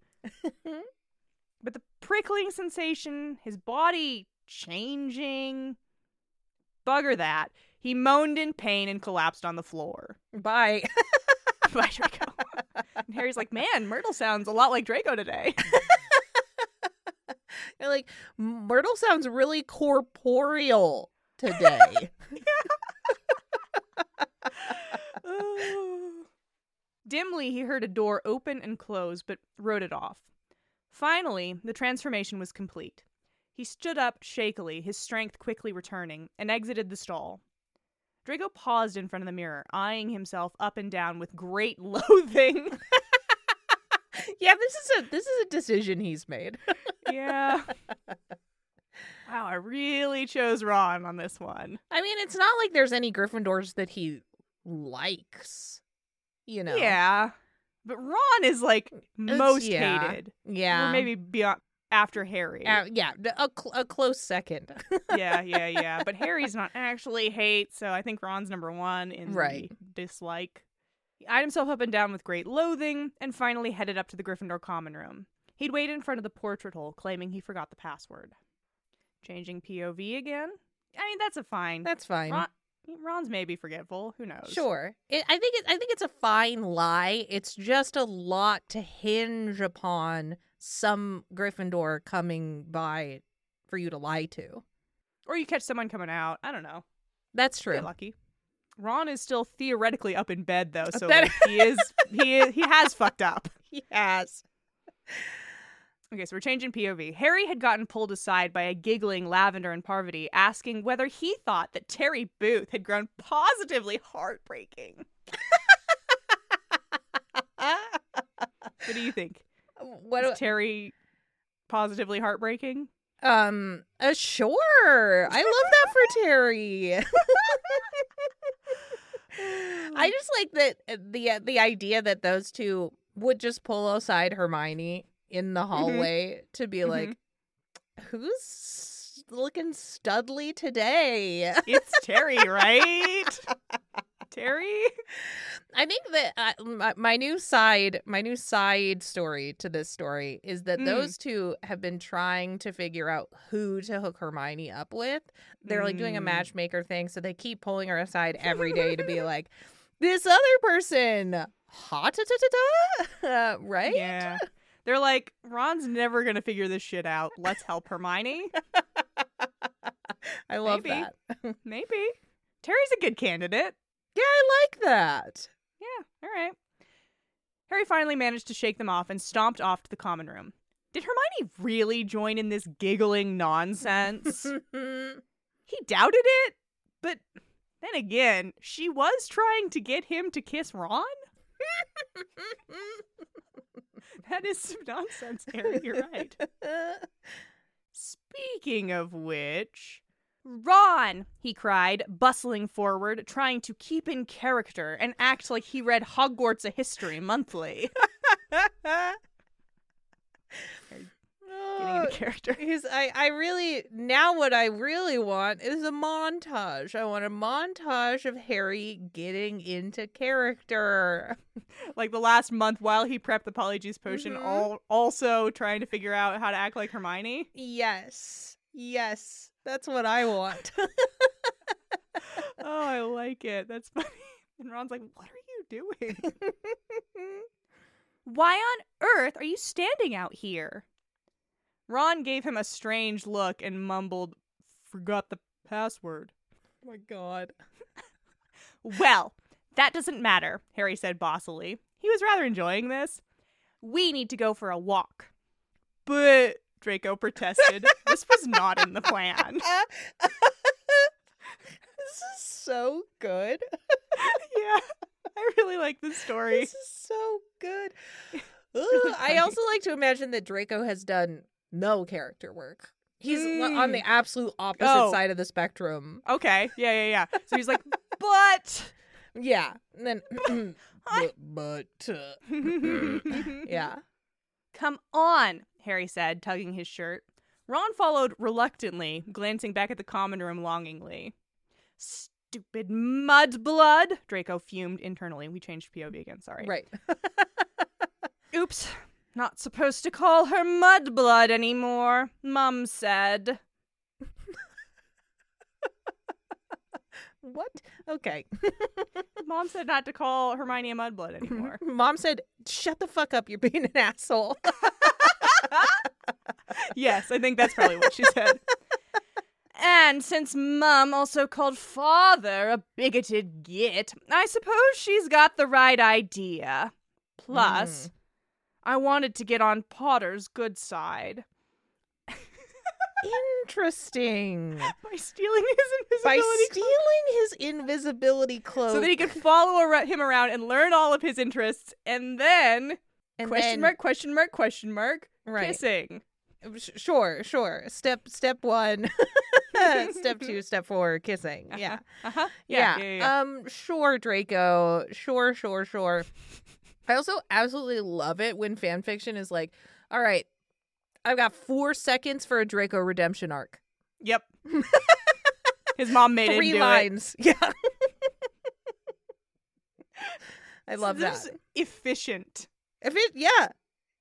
[SPEAKER 2] but the prickling sensation, his body changing. Bugger that. He moaned in pain and collapsed on the floor.
[SPEAKER 1] <laughs> Bye.
[SPEAKER 2] <laughs> Bye, Draco. And Harry's like, man, Myrtle sounds a lot like Draco today.
[SPEAKER 1] <laughs> They're like, Myrtle sounds really corporeal today.
[SPEAKER 2] <sighs> Dimly, he heard a door open and close, but wrote it off. Finally, the transformation was complete. He stood up shakily, his strength quickly returning, and exited the stall. Draco paused in front of the mirror, eyeing himself up and down with great <laughs> loathing.
[SPEAKER 1] <laughs> yeah, this is a this is a decision he's made.
[SPEAKER 2] yeah. <laughs> Wow, I really chose Ron on this one.
[SPEAKER 1] I mean, it's not like there's any Gryffindors that he likes. You know.
[SPEAKER 2] Yeah. But Ron is like most
[SPEAKER 1] yeah.
[SPEAKER 2] hated.
[SPEAKER 1] Yeah.
[SPEAKER 2] Or maybe beyond after Harry.
[SPEAKER 1] Uh, yeah, d- a, cl- a close second.
[SPEAKER 2] <laughs> yeah, yeah, yeah. But Harry's not actually hate, so I think Ron's number one in
[SPEAKER 1] Right.
[SPEAKER 2] the dislike. He eyed himself up and down with great loathing, and finally headed up to the Gryffindor common room. He'd wait in front of the portrait hole, claiming he forgot the password. Changing POV again? I mean, that's a
[SPEAKER 1] <laughs>
[SPEAKER 2] fine.
[SPEAKER 1] That's fine.
[SPEAKER 2] Ron- Ron's maybe forgetful. Who knows?
[SPEAKER 1] Uh, Sure. It, I think it, I think it's a fine lie. It's just a lot to hinge upon some Gryffindor coming by for you to lie to.
[SPEAKER 2] Or you catch someone coming out. I don't know.
[SPEAKER 1] That's true.
[SPEAKER 2] Get lucky. Ron is still theoretically up in bed though, so
[SPEAKER 1] bet-
[SPEAKER 2] like, he is he is, he has fucked up.
[SPEAKER 1] <laughs> Yes. <laughs>
[SPEAKER 2] Okay, so we're changing POV. Harry had gotten pulled aside by a giggling Lavender and Parvati, asking whether he thought that Terry Booth had grown positively heartbreaking. What do you think?
[SPEAKER 1] what
[SPEAKER 2] Is Terry positively heartbreaking?
[SPEAKER 1] Um, uh, sure. I love that for Terry. <laughs> I just like that uh, the the idea that those two would just pull aside Hermione in the hallway to be like, "Who's looking studly today?" <laughs>
[SPEAKER 2] It's Terry, right? Terry?
[SPEAKER 1] I think that uh, my, my new side, my new side story to this story is that
[SPEAKER 2] Mm.
[SPEAKER 1] those two have been trying to figure out who to hook Hermione up with. They're like doing a
[SPEAKER 2] Mm.
[SPEAKER 1] matchmaker thing, so they keep pulling her aside every day to be
[SPEAKER 2] <laughs>
[SPEAKER 1] like, "This other person, hot, uh, <laughs> right?"
[SPEAKER 2] Yeah. They're like, Ron's never going to figure this shit out. Let's help Hermione.
[SPEAKER 1] I love
[SPEAKER 2] Maybe.
[SPEAKER 1] that.
[SPEAKER 2] Maybe. Terry's a good candidate.
[SPEAKER 1] Yeah, I like that.
[SPEAKER 2] Yeah, all right. Harry finally managed to shake them off and stomped off to the common room. Did Hermione really join in this
[SPEAKER 1] <laughs>
[SPEAKER 2] giggling nonsense? he doubted it, but then again, she was trying to get him to kiss Ron? That is some nonsense, Harry, you're right. Speaking of which, Ron, he cried, bustling forward, trying to keep in character and act like he read Hogwarts a History monthly. Getting
[SPEAKER 1] Oh,
[SPEAKER 2] into <laughs> character.
[SPEAKER 1] Because Oh, I, I really now what I really want is a montage. I want a montage of Harry getting into character.
[SPEAKER 2] like the last month while he prepped the polyjuice potion,
[SPEAKER 1] Mhm.
[SPEAKER 2] all also trying to figure out how to act like Hermione.
[SPEAKER 1] Yes. Yes. That's what I want.
[SPEAKER 2] oh, I like it. That's <laughs> funny. And Ron's like, "What are you doing? <laughs> Why on earth are you standing out here?" Ron gave him a strange look and mumbled, "Forgot the password."
[SPEAKER 1] oh my god. <laughs>
[SPEAKER 2] Well, that doesn't matter, Harry said bossily. He was rather enjoying this. We need to go for a walk. But Draco <laughs> protested. this was not in the plan.
[SPEAKER 1] <laughs> This Uh, is so good.
[SPEAKER 2] <laughs> yeah, I really like this story.
[SPEAKER 1] This is so <laughs> good.
[SPEAKER 2] really
[SPEAKER 1] Ooh, I
[SPEAKER 2] funny.
[SPEAKER 1] also like to imagine that Draco has done no character work. He's
[SPEAKER 2] Mm.
[SPEAKER 1] on the absolute opposite
[SPEAKER 2] Oh.
[SPEAKER 1] side of the spectrum.
[SPEAKER 2] Okay, yeah, yeah, yeah. So he's like, <laughs> but
[SPEAKER 1] Yeah. <coughs> And then <clears throat>
[SPEAKER 2] I-
[SPEAKER 1] but, but <laughs> uh, yeah.
[SPEAKER 2] Come on, Harry said, tugging his shirt. Ron followed reluctantly, glancing back at the common room longingly. Stupid mudblood, Draco fumed internally. We changed POV again, sorry.
[SPEAKER 1] Right.
[SPEAKER 2] Oops. Not supposed to call her mudblood anymore, <laughs> Mum said.
[SPEAKER 1] what? <laughs> Okay.
[SPEAKER 2] Mom said not to call Hermione a mudblood anymore.
[SPEAKER 1] Mom said, shut the fuck up. You're being an asshole.
[SPEAKER 2] <laughs>
[SPEAKER 1] <laughs>
[SPEAKER 2] yes, I think that's probably <laughs> what she said. And since Mum also called Father a bigoted git, I suppose she's got the right idea. Plus, I wanted to get on Potter's good side
[SPEAKER 1] Interesting.
[SPEAKER 2] by stealing his
[SPEAKER 1] By
[SPEAKER 2] invisibility
[SPEAKER 1] stealing his invisibility cloak.
[SPEAKER 2] so that he could follow ar- him around and learn all of his interests, and then
[SPEAKER 1] and
[SPEAKER 2] question
[SPEAKER 1] then-
[SPEAKER 2] mark, question mark, question mark,
[SPEAKER 1] Right.
[SPEAKER 2] kissing.
[SPEAKER 1] Sh- sure, sure. Step step one. <laughs> step two, step four, kissing. Yeah.
[SPEAKER 2] Uh-huh.
[SPEAKER 1] yeah.
[SPEAKER 2] Yeah. yeah, yeah,
[SPEAKER 1] Um, sure, Draco. Sure, sure, sure. I also absolutely love it when fan fiction is like, all right, I've got four seconds for a Draco redemption arc. <laughs>
[SPEAKER 2] yep. his mom made
[SPEAKER 1] Three
[SPEAKER 2] him do it.
[SPEAKER 1] lines. <laughs> Yeah. I love
[SPEAKER 2] They're
[SPEAKER 1] that.
[SPEAKER 2] just Efficient.
[SPEAKER 1] If it yeah.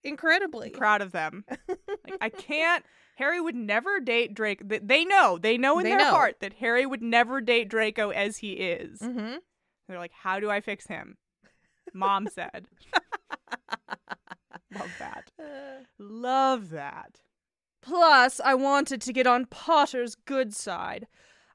[SPEAKER 1] Incredibly.
[SPEAKER 2] Proud of them. like,
[SPEAKER 1] <laughs>
[SPEAKER 2] I can't. Harry would never date Drake. They, they know. They know in
[SPEAKER 1] They
[SPEAKER 2] their
[SPEAKER 1] know.
[SPEAKER 2] heart that Harry would never date Draco as he is.
[SPEAKER 1] Mm-hmm.
[SPEAKER 2] They're like, how do I fix him? Mom
[SPEAKER 1] <laughs>
[SPEAKER 2] said. Love that. Love that. Plus, I wanted to get on Potter's good side.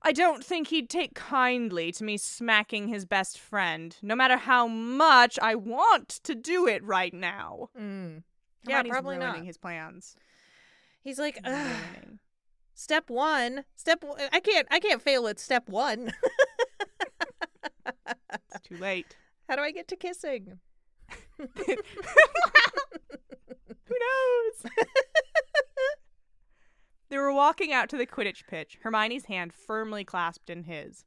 [SPEAKER 2] I don't think he'd take kindly to me smacking his best friend, no matter how much I want to do it right now.
[SPEAKER 1] mm. Yeah,
[SPEAKER 2] Hermione's
[SPEAKER 1] probably
[SPEAKER 2] ruining
[SPEAKER 1] not.
[SPEAKER 2] his
[SPEAKER 1] <sighs>
[SPEAKER 2] plans.
[SPEAKER 1] He's like, "Ugh,
[SPEAKER 2] Ruining.
[SPEAKER 1] step one step o- i can't i can't fail at step one <laughs>
[SPEAKER 2] It's too late.
[SPEAKER 1] how do i get to kissing
[SPEAKER 2] Who knows? <laughs> they were walking out to the Quidditch pitch, Hermione's hand firmly clasped in his.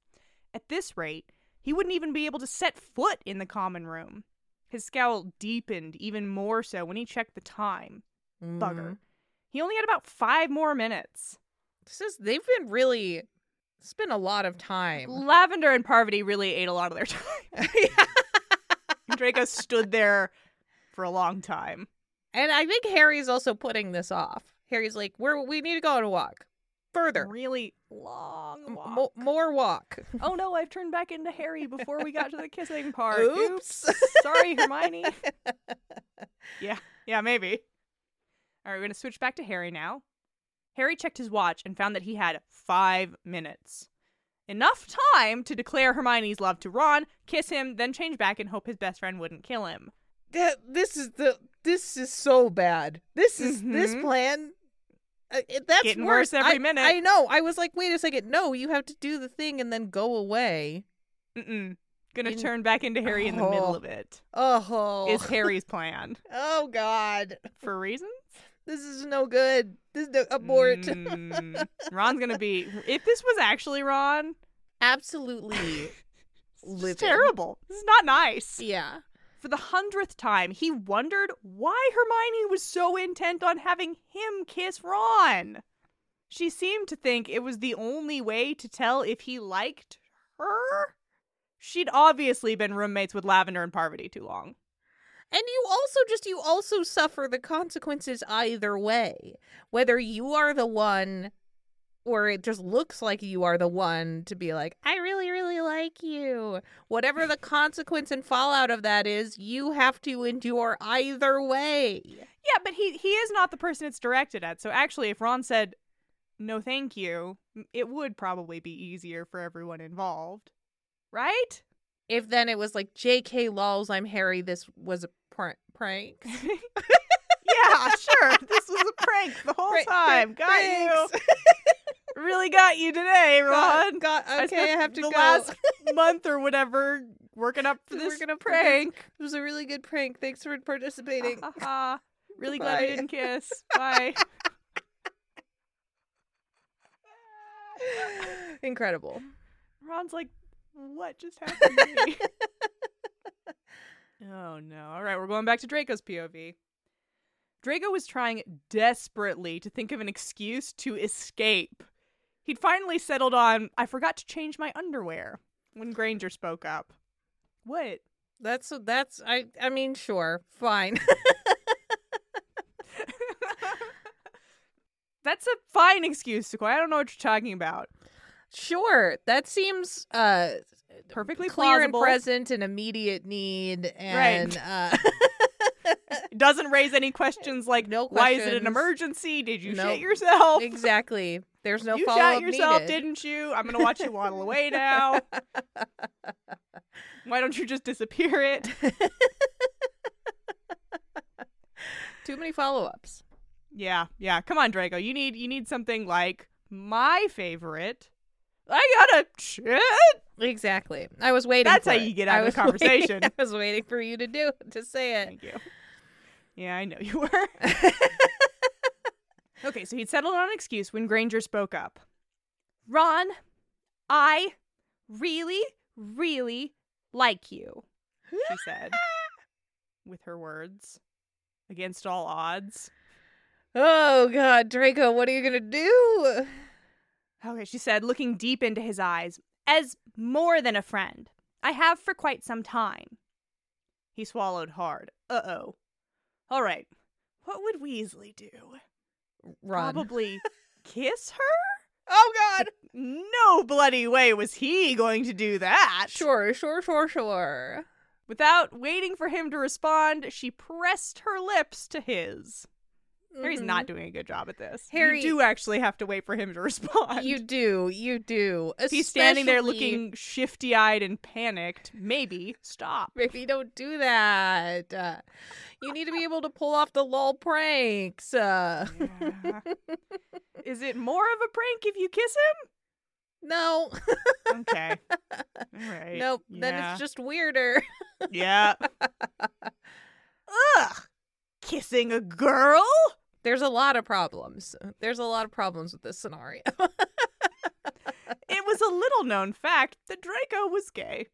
[SPEAKER 2] At this rate, he wouldn't even be able to set foot in the common room. His scowl deepened even more so when he checked the time. Bugger.
[SPEAKER 1] Mhm.
[SPEAKER 2] He only had about five more minutes.
[SPEAKER 1] this is they've been really spent a lot of time
[SPEAKER 2] Lavender and Parvati really ate a lot of their <laughs> time.
[SPEAKER 1] <laughs> Yeah.
[SPEAKER 2] Draco stood there for a long time.
[SPEAKER 1] and i think harry's also putting this off harry's like we're we need to go on a walk further
[SPEAKER 2] Really long
[SPEAKER 1] M-
[SPEAKER 2] walk.
[SPEAKER 1] mo- more walk
[SPEAKER 2] oh no, I've turned back into Harry before we got to the
[SPEAKER 1] <laughs>
[SPEAKER 2] kissing part.
[SPEAKER 1] Oops. <laughs>
[SPEAKER 2] Sorry, Hermione. yeah, yeah, maybe. All right, we're going to switch back to Harry now. Harry checked his watch and found that he had five minutes. Enough time to declare Hermione's love to Ron, kiss him, then change back and hope his best friend wouldn't kill him.
[SPEAKER 1] that this is the this is so bad this is this
[SPEAKER 2] Mhm.
[SPEAKER 1] plan uh, it, that's
[SPEAKER 2] Getting
[SPEAKER 1] worse
[SPEAKER 2] worse every
[SPEAKER 1] I-
[SPEAKER 2] minute.
[SPEAKER 1] i know i was like wait a second no you have to do the thing and then go away
[SPEAKER 2] Mm-mm. Gonna
[SPEAKER 1] In-
[SPEAKER 2] turn back into Harry in the
[SPEAKER 1] Oh.
[SPEAKER 2] middle of it.
[SPEAKER 1] oh <laughs>
[SPEAKER 2] Is Harry's plan
[SPEAKER 1] Oh God,
[SPEAKER 2] for reasons?
[SPEAKER 1] this is no good. This is no, abort.
[SPEAKER 2] Mm. Ron's gonna be. If this was actually Ron,
[SPEAKER 1] <laughs>
[SPEAKER 2] <laughs>
[SPEAKER 1] Absolutely,
[SPEAKER 2] It's
[SPEAKER 1] livid.
[SPEAKER 2] just terrible. This is not nice.
[SPEAKER 1] yeah.
[SPEAKER 2] For the hundredth time, he wondered why Hermione was so intent on having him kiss Ron. She seemed to think it was the only way to tell if he liked her. She'd obviously been roommates with Lavender and Parvati too long.
[SPEAKER 1] And you also just you also suffer the consequences either way, whether you are the one, or it just looks like you are the one to be like, I really, really like you. Whatever
[SPEAKER 2] <laughs>
[SPEAKER 1] the consequence and fallout of that is, you have to endure either way.
[SPEAKER 2] Yeah, but he he is not the person it's directed at. So actually, if Ron said no, thank you, it would probably be easier for everyone involved, right?
[SPEAKER 1] If then it was like J.K. Lols, I'm Harry. This was a pr-
[SPEAKER 2] <laughs>
[SPEAKER 1] prank.
[SPEAKER 2] yeah, sure. This was a prank the whole
[SPEAKER 1] Pra- pra-
[SPEAKER 2] time. Got
[SPEAKER 1] pranks.
[SPEAKER 2] you. Really got you today,
[SPEAKER 1] God,
[SPEAKER 2] Ron.
[SPEAKER 1] God,
[SPEAKER 2] I
[SPEAKER 1] okay, I,
[SPEAKER 2] spent
[SPEAKER 1] have to
[SPEAKER 2] the
[SPEAKER 1] go. <laughs>
[SPEAKER 2] last <laughs> month or whatever working up for this
[SPEAKER 1] Working up for this
[SPEAKER 2] prank. <laughs>
[SPEAKER 1] It was a really good prank. Thanks for <laughs> participating.
[SPEAKER 2] Ha, ha, ha. Really glad we
[SPEAKER 1] Goodbye.
[SPEAKER 2] didn't kiss. <laughs> Bye.
[SPEAKER 1] Incredible.
[SPEAKER 2] Ron's like, what just happened
[SPEAKER 1] <laughs>
[SPEAKER 2] to me? oh no. All right, we're going back to Draco's POV. Draco was trying desperately to think of an excuse to escape. He'd finally settled on, I forgot to change my underwear when Granger spoke up. What?
[SPEAKER 1] That's that's I I mean sure fine. <laughs>
[SPEAKER 2] That's a fine excuse, Sequoia. I don't know what you're talking about.
[SPEAKER 1] Sure, that seems uh,
[SPEAKER 2] Perfectly
[SPEAKER 1] clear and
[SPEAKER 2] plausible.
[SPEAKER 1] present and immediate need, and <laughs> uh,
[SPEAKER 2] Doesn't raise
[SPEAKER 1] <laughs>
[SPEAKER 2] any questions like,
[SPEAKER 1] No
[SPEAKER 2] why is it an
[SPEAKER 1] questions.
[SPEAKER 2] emergency? Did you
[SPEAKER 1] Nope.
[SPEAKER 2] shit yourself?
[SPEAKER 1] exactly. There's no
[SPEAKER 2] you
[SPEAKER 1] follow
[SPEAKER 2] shot
[SPEAKER 1] up
[SPEAKER 2] yourself,
[SPEAKER 1] needed.
[SPEAKER 2] didn't you? I'm gonna watch you waddle away
[SPEAKER 1] <laughs>
[SPEAKER 2] now. Why don't you just disappear it?
[SPEAKER 1] Too many follow ups.
[SPEAKER 2] Yeah, yeah. Come on, Draco. You need you need something like my favorite. I got a shit.
[SPEAKER 1] Exactly. I was waiting.
[SPEAKER 2] That's
[SPEAKER 1] for
[SPEAKER 2] how
[SPEAKER 1] it.
[SPEAKER 2] you get out
[SPEAKER 1] I
[SPEAKER 2] of the
[SPEAKER 1] was <laughs> waiting-
[SPEAKER 2] conversation.
[SPEAKER 1] I was waiting for you to do to say it.
[SPEAKER 2] Thank you. Yeah, I know
[SPEAKER 1] <laughs>
[SPEAKER 2] you were. okay, so he'd settled on an excuse when Granger spoke up. Ron, I really, really like you, she
[SPEAKER 1] <laughs>
[SPEAKER 2] said with her words. Against all odds.
[SPEAKER 1] Oh God, Draco, what are you gonna do?
[SPEAKER 2] Okay, she said, looking deep into his eyes, as more than a friend. I have for quite some time. He swallowed hard. Uh oh. All right. What would Weasley do?
[SPEAKER 1] Run.
[SPEAKER 2] probably kiss her?
[SPEAKER 1] Oh God.
[SPEAKER 2] No bloody way was he going to do that.
[SPEAKER 1] Sure, sure, sure, sure.
[SPEAKER 2] Without waiting for him to respond, she pressed her lips to his. Harry's
[SPEAKER 1] Mhm.
[SPEAKER 2] not doing a good job at this.
[SPEAKER 1] Harry-
[SPEAKER 2] you do actually have to wait for him to <laughs> respond.
[SPEAKER 1] You do, you do.
[SPEAKER 2] He's standing there
[SPEAKER 1] Especially-
[SPEAKER 2] looking shifty-eyed and panicked. Maybe stop.
[SPEAKER 1] Maybe don't do that. Uh, you need to be able to pull off the lol pranks. Uh,
[SPEAKER 2] Yeah. Is it more of a prank if you kiss him?
[SPEAKER 1] no,
[SPEAKER 2] Okay. All right.
[SPEAKER 1] nope. Then
[SPEAKER 2] Yeah.
[SPEAKER 1] it's just weirder. <laughs>
[SPEAKER 2] Yeah. Ugh. Kissing a girl?
[SPEAKER 1] There's a lot of problems. There's a lot of problems with this scenario. <laughs>
[SPEAKER 2] It was a little known fact that Draco was gay.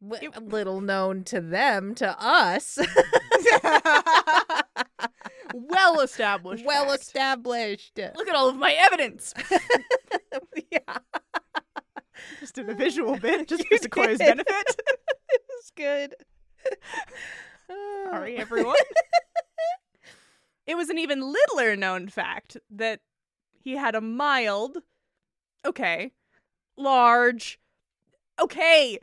[SPEAKER 1] W-
[SPEAKER 2] It-
[SPEAKER 1] Little known to them, to us. <laughs>
[SPEAKER 2] well established.
[SPEAKER 1] well
[SPEAKER 2] fact. <laughs>
[SPEAKER 1] established. <laughs>
[SPEAKER 2] Look at all of my evidence.
[SPEAKER 1] yeah,
[SPEAKER 2] Just in a visual bit, <laughs> just for
[SPEAKER 1] You
[SPEAKER 2] Sequoia's
[SPEAKER 1] did.
[SPEAKER 2] benefit.
[SPEAKER 1] it's good. <laughs> Oh.
[SPEAKER 2] Sorry, everyone. it was an even littler known fact that he had a mild, okay, large, okay,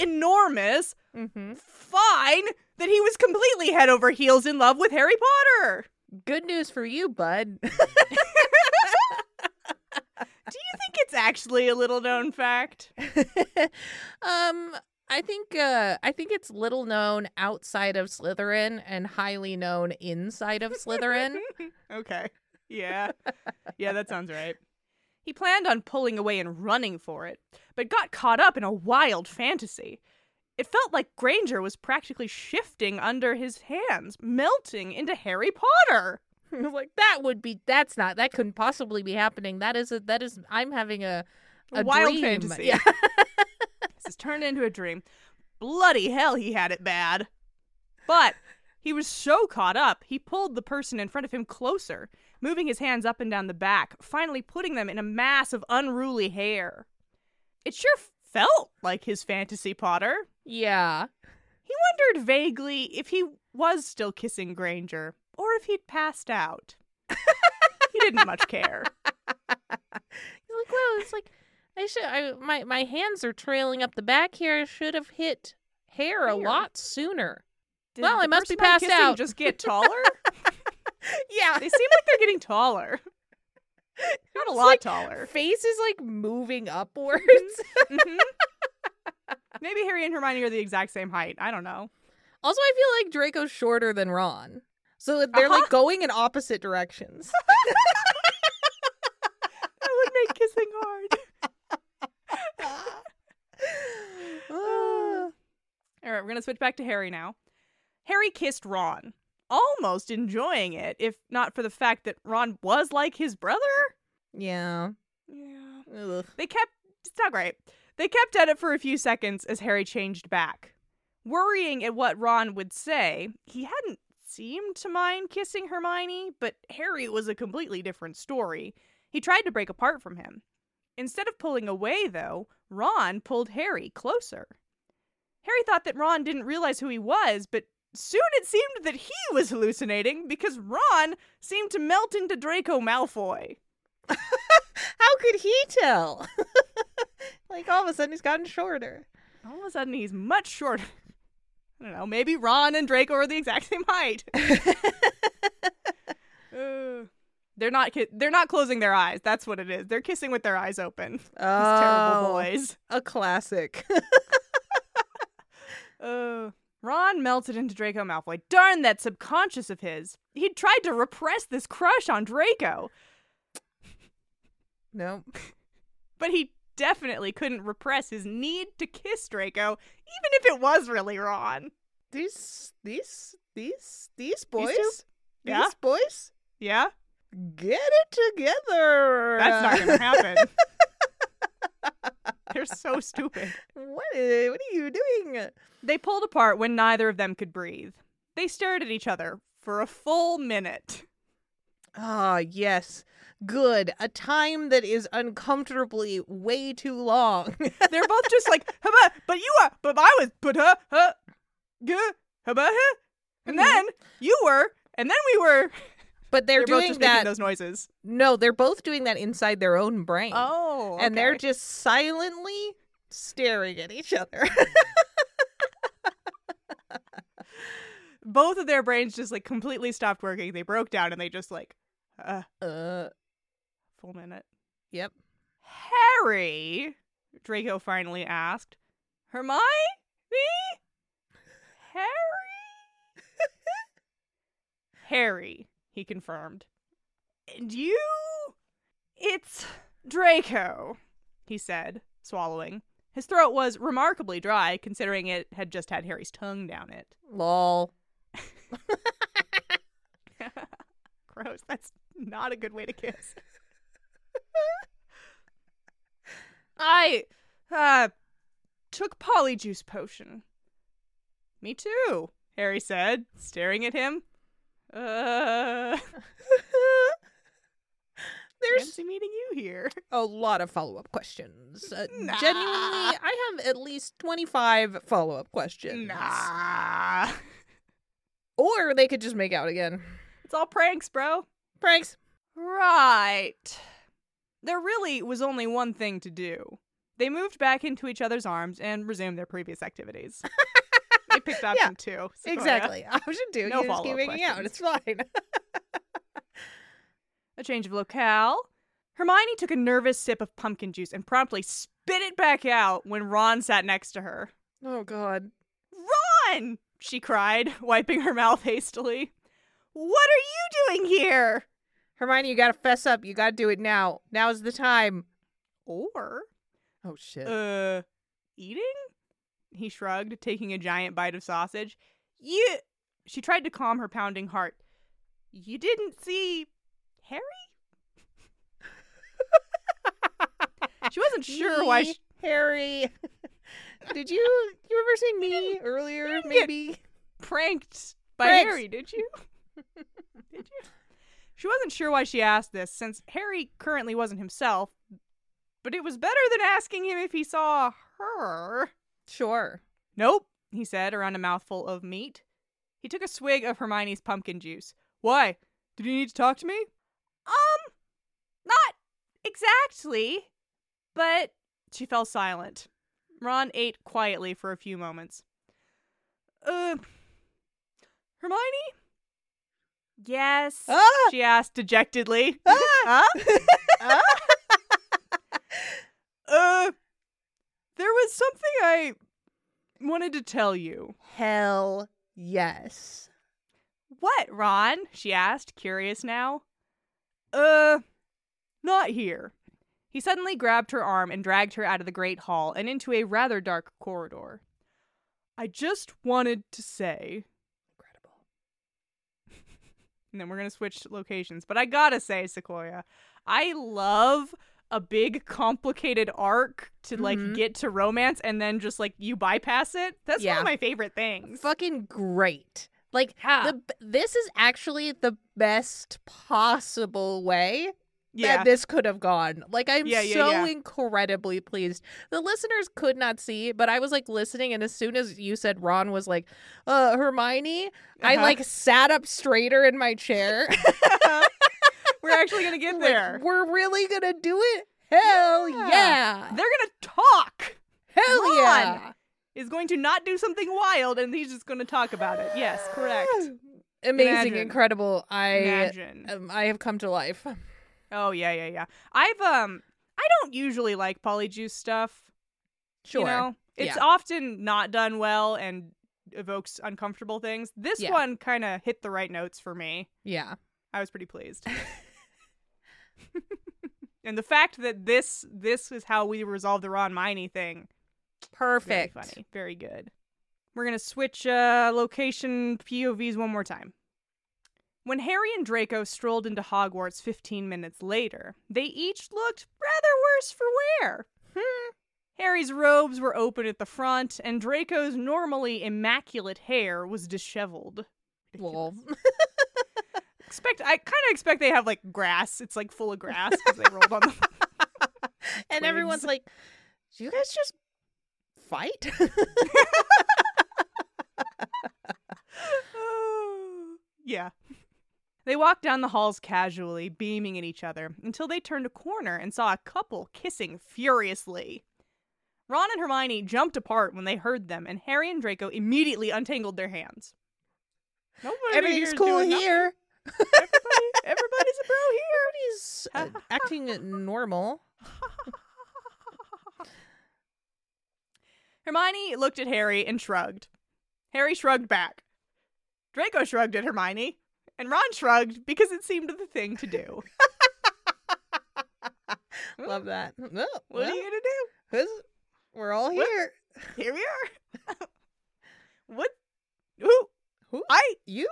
[SPEAKER 2] enormous
[SPEAKER 1] Mhm.
[SPEAKER 2] fine that he was completely head over heels in love with Harry Potter.
[SPEAKER 1] Good news for you, bud.
[SPEAKER 2] Do you think it's actually a little known fact?
[SPEAKER 1] <laughs> um, I think uh, I think it's little known outside of Slytherin and highly known inside of
[SPEAKER 2] <laughs>
[SPEAKER 1] Slytherin. <laughs>
[SPEAKER 2] okay. Yeah. Yeah, that sounds right. He planned on pulling away and running for it, but got caught up in a wild fantasy. It felt like Granger was practically shifting under his hands, melting into Harry Potter.
[SPEAKER 1] I was like, that would be. That's not. That couldn't possibly be happening. That is. A, that is. I'm having a,
[SPEAKER 2] A
[SPEAKER 1] a
[SPEAKER 2] wild
[SPEAKER 1] dream.
[SPEAKER 2] fantasy. <laughs>
[SPEAKER 1] Yeah. <laughs>
[SPEAKER 2] This has turned into a dream. Bloody hell, he had it bad. But he was so caught up, he pulled the person in front of him closer, moving his hands up and down the back, finally putting them in a mass of unruly hair. It sure felt like his fantasy Potter.
[SPEAKER 1] yeah.
[SPEAKER 2] He wondered vaguely if he was still kissing Granger or if he'd passed out. he didn't
[SPEAKER 1] <laughs>
[SPEAKER 2] much care.
[SPEAKER 1] He's like, well, it's like, I should. I my my hands are trailing up the back here. I should have hit hair a
[SPEAKER 2] Hair.
[SPEAKER 1] lot sooner.
[SPEAKER 2] <laughs> Did
[SPEAKER 1] Well,
[SPEAKER 2] the
[SPEAKER 1] I must be
[SPEAKER 2] person I'm
[SPEAKER 1] passed
[SPEAKER 2] kissing
[SPEAKER 1] out.
[SPEAKER 2] Just get taller.
[SPEAKER 1] Yeah.
[SPEAKER 2] they seem like they're
[SPEAKER 1] <laughs>
[SPEAKER 2] getting taller. Not a
[SPEAKER 1] It's
[SPEAKER 2] lot
[SPEAKER 1] like,
[SPEAKER 2] taller.
[SPEAKER 1] Face is like
[SPEAKER 2] <laughs>
[SPEAKER 1] moving upwards.
[SPEAKER 2] Mhm. <laughs> Maybe Harry and Hermione are the exact same height. I don't know.
[SPEAKER 1] Also, I feel like Draco's shorter than Ron. So that they're
[SPEAKER 2] Uh-huh.
[SPEAKER 1] like going in opposite
[SPEAKER 2] <laughs>
[SPEAKER 1] directions.
[SPEAKER 2] <laughs>
[SPEAKER 1] <laughs>
[SPEAKER 2] That would make kissing hard.
[SPEAKER 1] Ah.
[SPEAKER 2] <laughs> All right, we're going to switch back to Harry now. Harry kissed Ron, almost enjoying it, if not for the fact that Ron was like his brother.
[SPEAKER 1] yeah.
[SPEAKER 2] Yeah.
[SPEAKER 1] Ugh.
[SPEAKER 2] They kept, it's not great. They kept at it for a few seconds as Harry changed back. Worrying at what Ron would say, he hadn't seemed to mind kissing Hermione, but Harry was a completely different story. He tried to break apart from him. Instead of pulling away, though, Ron pulled Harry closer. Harry thought that Ron didn't realize who he was, but soon it seemed that he was hallucinating because Ron seemed to melt into Draco Malfoy.
[SPEAKER 1] How How could he tell? <laughs> like all of a sudden he's gotten
[SPEAKER 2] <laughs>
[SPEAKER 1] shorter.
[SPEAKER 2] All of a sudden, he's much shorter. <laughs> I don't know. Maybe Ron and Draco are the exact same height. <laughs> Uh, they're not. Ki- they're not closing their eyes. That's what it is. They're kissing with their eyes open. These terrible
[SPEAKER 1] Oh,
[SPEAKER 2] boys.
[SPEAKER 1] A classic. <laughs>
[SPEAKER 2] Uh, Ron melted into Draco Malfoy. Darn that subconscious of his. He tried to repress this crush on Draco,
[SPEAKER 1] nope.
[SPEAKER 2] but he definitely couldn't repress his need to kiss Draco, even if it was really Ron.
[SPEAKER 1] These these these these boys
[SPEAKER 2] Yeah.
[SPEAKER 1] these boys
[SPEAKER 2] Yeah,
[SPEAKER 1] get it together.
[SPEAKER 2] that's not
[SPEAKER 1] <laughs>
[SPEAKER 2] gonna happen. they're so stupid.
[SPEAKER 1] what is, what are you doing?
[SPEAKER 2] They pulled apart when neither of them could breathe. They stared at each other for a full minute.
[SPEAKER 1] Ah, yes. Good. A time that is uncomfortably way too long. <laughs>
[SPEAKER 2] They're both just like, <laughs> "Hubba, but you are, but I was, but huh, huh, huh, hubba, huh. And
[SPEAKER 1] Mhm.
[SPEAKER 2] then you were, and then we were.
[SPEAKER 1] but they're,
[SPEAKER 2] both
[SPEAKER 1] doing
[SPEAKER 2] just
[SPEAKER 1] that.
[SPEAKER 2] making those noises.
[SPEAKER 1] No, they're both doing that inside their own brain.
[SPEAKER 2] Oh,
[SPEAKER 1] And they're just silently staring at each other. <laughs>
[SPEAKER 2] both of their brains just like completely stopped working. They broke down and they just like, uh,
[SPEAKER 1] uh,
[SPEAKER 2] full minute.
[SPEAKER 1] yep.
[SPEAKER 2] Harry, Draco finally asked, Hermione? <laughs> Harry? Harry, he confirmed. And you? It's Draco, he said, swallowing. His throat was remarkably dry, considering it had just had Harry's tongue down it.
[SPEAKER 1] Lol. <laughs>
[SPEAKER 2] <laughs> Gross. That's not a good way to kiss. <laughs> I uh took polyjuice potion. Me too, Harry said, staring at him. Uh
[SPEAKER 1] There's
[SPEAKER 2] fancy meeting you here.
[SPEAKER 1] a lot of follow up questions. Uh,
[SPEAKER 2] Nah.
[SPEAKER 1] Genuinely, I have at least 25 follow up questions.
[SPEAKER 2] Nah.
[SPEAKER 1] Or they could just make out again.
[SPEAKER 2] It's all pranks, bro.
[SPEAKER 1] Pranks.
[SPEAKER 2] Right. There really was only one thing to do. They moved back into each other's arms and resumed their previous activities.
[SPEAKER 1] <laughs>
[SPEAKER 2] they picked up
[SPEAKER 1] Yeah,
[SPEAKER 2] from two. so, Oh, yeah.
[SPEAKER 1] Exactly. <laughs> Option two.
[SPEAKER 2] No
[SPEAKER 1] you just keep
[SPEAKER 2] follow-up
[SPEAKER 1] making out. It's fine.
[SPEAKER 2] A change of locale. Hermione took a nervous sip of pumpkin juice and promptly spit it back out when Ron sat next to her.
[SPEAKER 1] oh, God.
[SPEAKER 2] Ron! She cried, <laughs> wiping her mouth hastily. What are you doing here?
[SPEAKER 1] Hermione, you got to fess up. You got to do it now. Now's the time.
[SPEAKER 2] Or,
[SPEAKER 1] Oh, shit.
[SPEAKER 2] uh, eating? He shrugged, taking a giant bite of sausage. You. She tried to calm her pounding heart. You didn't see Harry?
[SPEAKER 1] <laughs>
[SPEAKER 2] she wasn't sure why
[SPEAKER 1] Me,
[SPEAKER 2] she.
[SPEAKER 1] Harry. <laughs> Did you you remember seeing me earlier? Maybe.
[SPEAKER 2] pranked by
[SPEAKER 1] Pranked.
[SPEAKER 2] Harry, did you? did you? She wasn't sure why she asked this, since Harry currently wasn't himself, but it was better than asking him if he saw her.
[SPEAKER 1] Sure.
[SPEAKER 2] Nope, he said around a mouthful of meat. He took a swig of Hermione's pumpkin juice. Why? Did you need to talk to me? Um, not exactly, but she fell silent. Ron ate quietly for a few moments. Uh, Hermione? Yes,
[SPEAKER 1] Ah!
[SPEAKER 2] she asked dejectedly.
[SPEAKER 1] Ah!
[SPEAKER 2] Uh, there was something I wanted to tell you.
[SPEAKER 1] <laughs> Hell yes.
[SPEAKER 2] What, Ron? she asked, curious now. Uh, not here. He suddenly grabbed her arm and dragged her out of the great hall and into a rather dark corridor. I just wanted to say,
[SPEAKER 1] Incredible.
[SPEAKER 2] and then we're going to switch locations, but I gotta say, Sequoia, I love a big complicated arc to like
[SPEAKER 1] Mhm.
[SPEAKER 2] get to romance and then just like you bypass it. That's one
[SPEAKER 1] Yeah.
[SPEAKER 2] of my favorite things.
[SPEAKER 1] Fucking great. Like
[SPEAKER 2] yeah.
[SPEAKER 1] the b- this is actually the best possible way <laughs>
[SPEAKER 2] yeah.
[SPEAKER 1] that this could have gone. Like I'm
[SPEAKER 2] Yeah, yeah,
[SPEAKER 1] so
[SPEAKER 2] yeah.
[SPEAKER 1] incredibly pleased. The listeners could not see, but I was like listening, and as soon as you said Ron was like, uh, Hermione, I
[SPEAKER 2] Uh-huh.
[SPEAKER 1] like sat up straighter in my chair.
[SPEAKER 2] we're actually going to <laughs> get
[SPEAKER 1] Like,
[SPEAKER 2] there.
[SPEAKER 1] We're really gonna do it. Hell
[SPEAKER 2] Yeah.
[SPEAKER 1] yeah.
[SPEAKER 2] They're gonna talk.
[SPEAKER 1] Hell
[SPEAKER 2] Ron
[SPEAKER 1] yeah.
[SPEAKER 2] Is going to not do something wild, and he's just gonna talk about it. Yes, correct.
[SPEAKER 1] Amazing,
[SPEAKER 2] Imagine.
[SPEAKER 1] incredible. <gasps> I
[SPEAKER 2] Imagine.
[SPEAKER 1] um, I have come to life.
[SPEAKER 2] Oh yeah, yeah, yeah. I've um, I don't usually like polyjuice stuff.
[SPEAKER 1] Sure.
[SPEAKER 2] You know, it's
[SPEAKER 1] Yeah.
[SPEAKER 2] often not done well and evokes uncomfortable things. This
[SPEAKER 1] Yeah.
[SPEAKER 2] one kind of hit the right notes for me.
[SPEAKER 1] Yeah.
[SPEAKER 2] I was
[SPEAKER 1] <laughs>
[SPEAKER 2] pretty pleased. <laughs> and the fact that this this is how we resolve the Ron Miney thing. Very
[SPEAKER 1] Perfect.
[SPEAKER 2] funny. Very good. We're gonna switch uh, location POVs one more time. When Harry and Draco strolled into Hogwarts 15 minutes later, they each looked rather worse for wear. Hmm. Harry's robes were open at the front, and Draco's normally immaculate hair was disheveled.
[SPEAKER 1] Lol.
[SPEAKER 2] Expect I kind of expect they have like grass. It's like full of grass because they rolled on the
[SPEAKER 1] <laughs> and everyone's like, "Do you guys just fight?" <laughs>
[SPEAKER 2] yeah. They walked down the halls casually, beaming at each other, until they turned a corner and saw a couple kissing furiously. Ron and Hermione jumped apart when they heard them, and Harry and Draco immediately untangled their hands. Nobody
[SPEAKER 1] Everything's
[SPEAKER 2] here's
[SPEAKER 1] cool
[SPEAKER 2] doing nothing.
[SPEAKER 1] here.
[SPEAKER 2] Everybody, <laughs> everybody's a pro here.
[SPEAKER 1] Everybody's uh, <laughs> acting normal.
[SPEAKER 2] Hermione looked at Harry and shrugged. Harry shrugged back. Draco shrugged at Hermione, and Ron shrugged because it seemed the thing to do.
[SPEAKER 1] Love that. Oh,
[SPEAKER 2] What are
[SPEAKER 1] well,
[SPEAKER 2] you gonna do?
[SPEAKER 1] who's- we're all
[SPEAKER 2] What?
[SPEAKER 1] here.
[SPEAKER 2] Here we are. <laughs> what? Who?
[SPEAKER 1] Who?
[SPEAKER 2] I.
[SPEAKER 1] <laughs> You,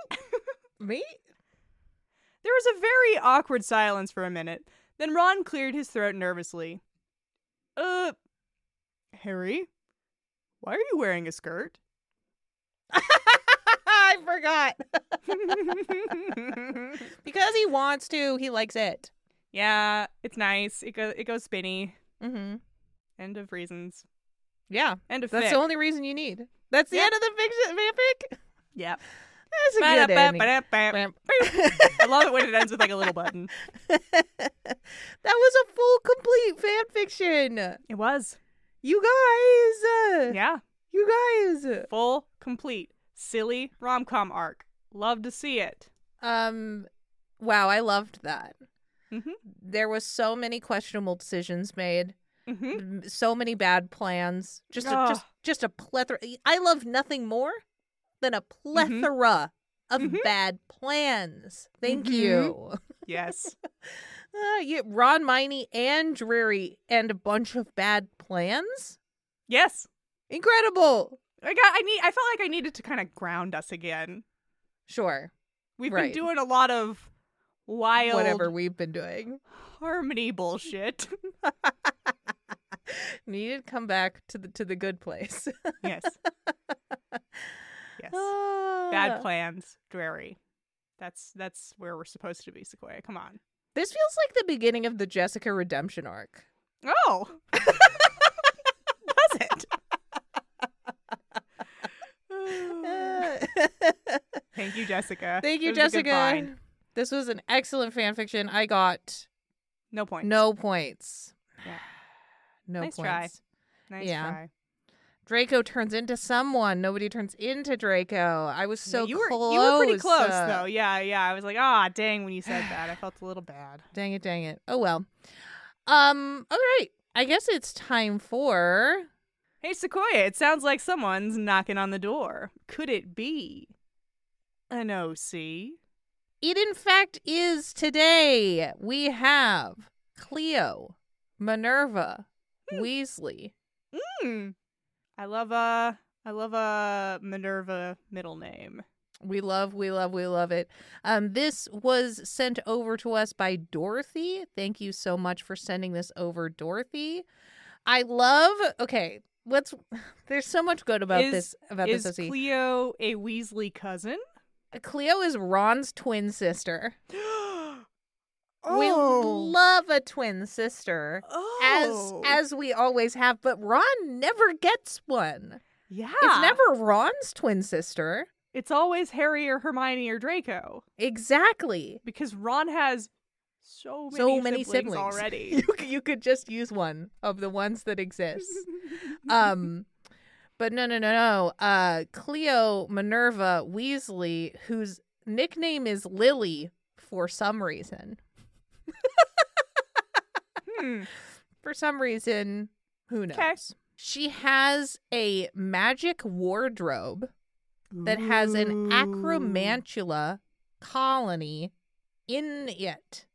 [SPEAKER 1] me. <laughs>
[SPEAKER 2] There was a very awkward silence for a minute. Then Ron cleared his throat nervously. Uh, Harry, why are you wearing
[SPEAKER 1] <laughs>
[SPEAKER 2] a skirt?
[SPEAKER 1] I <laughs> forgot because he wants to. He likes it.
[SPEAKER 2] yeah, it's nice. It goes. It goes spinny.
[SPEAKER 1] Mm-hmm.
[SPEAKER 2] End of reasons.
[SPEAKER 1] Yeah,
[SPEAKER 2] End of.
[SPEAKER 1] that's the only reason you need. That's the
[SPEAKER 2] Yeah.
[SPEAKER 1] end of the fiction fanfic.
[SPEAKER 2] Yeah.
[SPEAKER 1] <laughs> That's a good ending.
[SPEAKER 2] I love it when it ends with like a little button.
[SPEAKER 1] <laughs> that was a full, complete fan fiction.
[SPEAKER 2] It was.
[SPEAKER 1] You guys, uh,
[SPEAKER 2] Yeah.
[SPEAKER 1] you guys.
[SPEAKER 2] Full, complete, silly rom com arc. Love to see it.
[SPEAKER 1] Um, wow, I loved that.
[SPEAKER 2] Mhm.
[SPEAKER 1] There was so many questionable decisions made,
[SPEAKER 2] Mm-hmm. Ah.
[SPEAKER 1] m- so many bad plans. Just, a,
[SPEAKER 2] Ugh.
[SPEAKER 1] just, just a plethora. I love nothing more than a
[SPEAKER 2] Mm-hmm.
[SPEAKER 1] plethora of
[SPEAKER 2] Mhm.
[SPEAKER 1] bad plans. Thank
[SPEAKER 2] Mhm.
[SPEAKER 1] you.
[SPEAKER 2] Yes.
[SPEAKER 1] Uh, yeah, Ron Miney and Dreary and a bunch of bad plans.
[SPEAKER 2] yes.
[SPEAKER 1] Incredible.
[SPEAKER 2] I got. I need. I felt like I needed to kind of ground us again.
[SPEAKER 1] Sure.
[SPEAKER 2] We've
[SPEAKER 1] Right.
[SPEAKER 2] been doing a lot of wild
[SPEAKER 1] Whatever we've been doing.
[SPEAKER 2] harmony bullshit. <laughs>
[SPEAKER 1] Needed come back to the to the good place.
[SPEAKER 2] yes. Yes.
[SPEAKER 1] Bad Ah.
[SPEAKER 2] Bad plans, dreary. That's that's where we're supposed to be, Sequoia. Come on.
[SPEAKER 1] This feels like the beginning of the Jessica redemption
[SPEAKER 2] <laughs>
[SPEAKER 1] arc. <laughs>
[SPEAKER 2] Oh.
[SPEAKER 1] <laughs>
[SPEAKER 2] Does it? <sighs>
[SPEAKER 1] Uh,
[SPEAKER 2] Thank you, Jessica.
[SPEAKER 1] Thank you,
[SPEAKER 2] It was a good
[SPEAKER 1] Jessica.
[SPEAKER 2] find.
[SPEAKER 1] This was an excellent fan fiction. I got
[SPEAKER 2] No point.
[SPEAKER 1] no points.
[SPEAKER 2] Yeah.
[SPEAKER 1] No
[SPEAKER 2] Nice
[SPEAKER 1] points.
[SPEAKER 2] try. Nice
[SPEAKER 1] yeah.
[SPEAKER 2] try.
[SPEAKER 1] Draco turns into someone. Nobody turns into Draco. I was so
[SPEAKER 2] Yeah, you were
[SPEAKER 1] close.
[SPEAKER 2] you were pretty close
[SPEAKER 1] uh,
[SPEAKER 2] though. Yeah, yeah. I was like, ah, dang, when you said that, I felt a little bad.
[SPEAKER 1] Dang it, dang it. Oh well. Um, all right. I guess it's time for
[SPEAKER 2] <sighs> Hey, Sequoia, it sounds like someone's knocking on the door. Could it be an OC?
[SPEAKER 1] It in fact is today. We have Cleo, Minerva, Weasley.
[SPEAKER 2] Hmm. I love uh I love uh Minerva middle name.
[SPEAKER 1] We love, we love, we love it. Um, this was sent over to us by Dorothy. Thank you so much for sending this over, Dorothy. I love. Okay, let's. <laughs> There's so much good about
[SPEAKER 2] Is-
[SPEAKER 1] this. About
[SPEAKER 2] Is
[SPEAKER 1] this. OC.
[SPEAKER 2] Cleo a Weasley cousin? <gasps>
[SPEAKER 1] Cleo is Ron's twin sister.
[SPEAKER 2] oh.
[SPEAKER 1] We love a twin sister.
[SPEAKER 2] Oh.
[SPEAKER 1] As as we always have, but Ron never gets one.
[SPEAKER 2] yeah.
[SPEAKER 1] It's never Ron's twin sister.
[SPEAKER 2] It's always Harry or Hermione or Draco
[SPEAKER 1] Exactly. <laughs>
[SPEAKER 2] because Ron has so many,
[SPEAKER 1] so many siblings,
[SPEAKER 2] already.
[SPEAKER 1] <laughs> you, c- you could just use one of the ones that exist.
[SPEAKER 2] <laughs>
[SPEAKER 1] um, but no, no, no, no. Uh, Cleo Minerva Weasley, whose nickname is Lily for some reason.
[SPEAKER 2] Hmm.
[SPEAKER 1] For some reason, who knows?
[SPEAKER 2] 'Kay.
[SPEAKER 1] She has a magic wardrobe that has an
[SPEAKER 2] Ooh.
[SPEAKER 1] acromantula colony in it.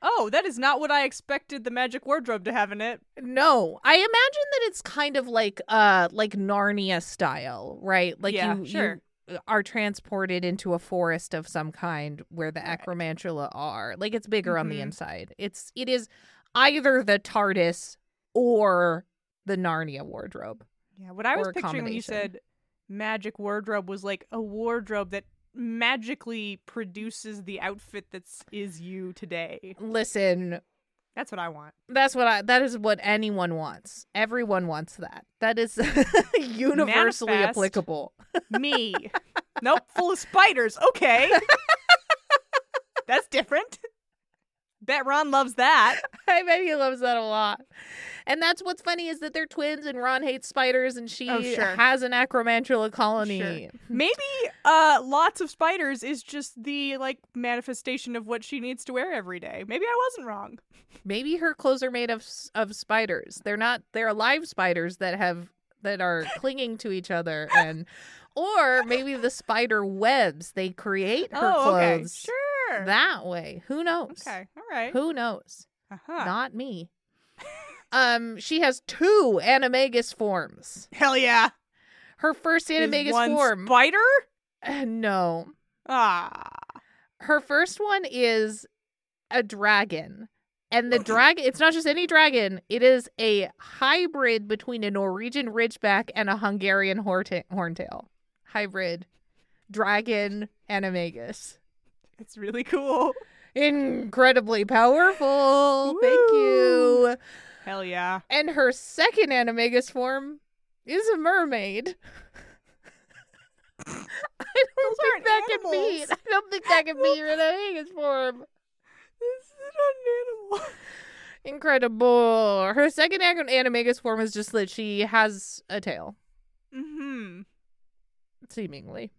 [SPEAKER 2] Oh, that is not what I expected the magic wardrobe to have in it.
[SPEAKER 1] No, I imagine that it's kind of like uh like Narnia style, right? Like
[SPEAKER 2] Yeah,
[SPEAKER 1] you,
[SPEAKER 2] sure.
[SPEAKER 1] you are transported into a forest of some kind where the
[SPEAKER 2] Right.
[SPEAKER 1] acromantula are. Like it's bigger on the
[SPEAKER 2] Mhm.
[SPEAKER 1] inside. It's it is either the TARDIS or the Narnia wardrobe.
[SPEAKER 2] Yeah, what I was
[SPEAKER 1] Or a
[SPEAKER 2] picturing when you
[SPEAKER 1] combination.
[SPEAKER 2] said magic wardrobe was like a wardrobe that magically produces the outfit that's is you today.
[SPEAKER 1] Listen,
[SPEAKER 2] That's what I want.
[SPEAKER 1] that's what I that is what anyone wants. Everyone wants that. That is <laughs> universally
[SPEAKER 2] Manifest.
[SPEAKER 1] applicable. <laughs>
[SPEAKER 2] Me. nope, full of spiders.
[SPEAKER 1] <laughs>
[SPEAKER 2] Okay. that's different. Bet Ron loves that.
[SPEAKER 1] I bet he loves that a lot. And that's what's funny is that they're twins and Ron hates spiders and she
[SPEAKER 2] Oh, sure.
[SPEAKER 1] has an acromantula colony.
[SPEAKER 2] Maybe uh lots of spiders is just the like manifestation of what she needs to wear every day. Maybe I wasn't wrong.
[SPEAKER 1] Maybe her clothes are made of s- of spiders. They're not they're live spiders that have that
[SPEAKER 2] <laughs>
[SPEAKER 1] are clinging to each other and or maybe the spider webs they create her
[SPEAKER 2] oh, okay.
[SPEAKER 1] clothes
[SPEAKER 2] Sure.
[SPEAKER 1] that way. Who knows?
[SPEAKER 2] okay. All right.
[SPEAKER 1] Who knows?
[SPEAKER 2] Uh-huh.
[SPEAKER 1] Not me. um she has two animagus forms.
[SPEAKER 2] Hell yeah.
[SPEAKER 1] Her first
[SPEAKER 2] Is
[SPEAKER 1] animagus
[SPEAKER 2] one
[SPEAKER 1] form
[SPEAKER 2] Spider?
[SPEAKER 1] Uh, <sighs> no.
[SPEAKER 2] Ah.
[SPEAKER 1] her first one is a dragon and
[SPEAKER 2] <laughs>
[SPEAKER 1] the dragon it's not just any dragon it is a hybrid between a norwegian ridgeback and a hungarian horta- horntail hybrid dragon animagus
[SPEAKER 2] It's really cool.
[SPEAKER 1] incredibly powerful thank you
[SPEAKER 2] Hell yeah.
[SPEAKER 1] and her second animagus form is a mermaid <laughs> I don't
[SPEAKER 2] Those
[SPEAKER 1] think
[SPEAKER 2] aren't
[SPEAKER 1] that can be.
[SPEAKER 2] animals.
[SPEAKER 1] <laughs> I don't think that can be <laughs> an animagus form.
[SPEAKER 2] This is an animal.
[SPEAKER 1] <laughs> Incredible. Her second an- animagus form is just that she has a tail,
[SPEAKER 2] Mm-hmm.
[SPEAKER 1] seemingly.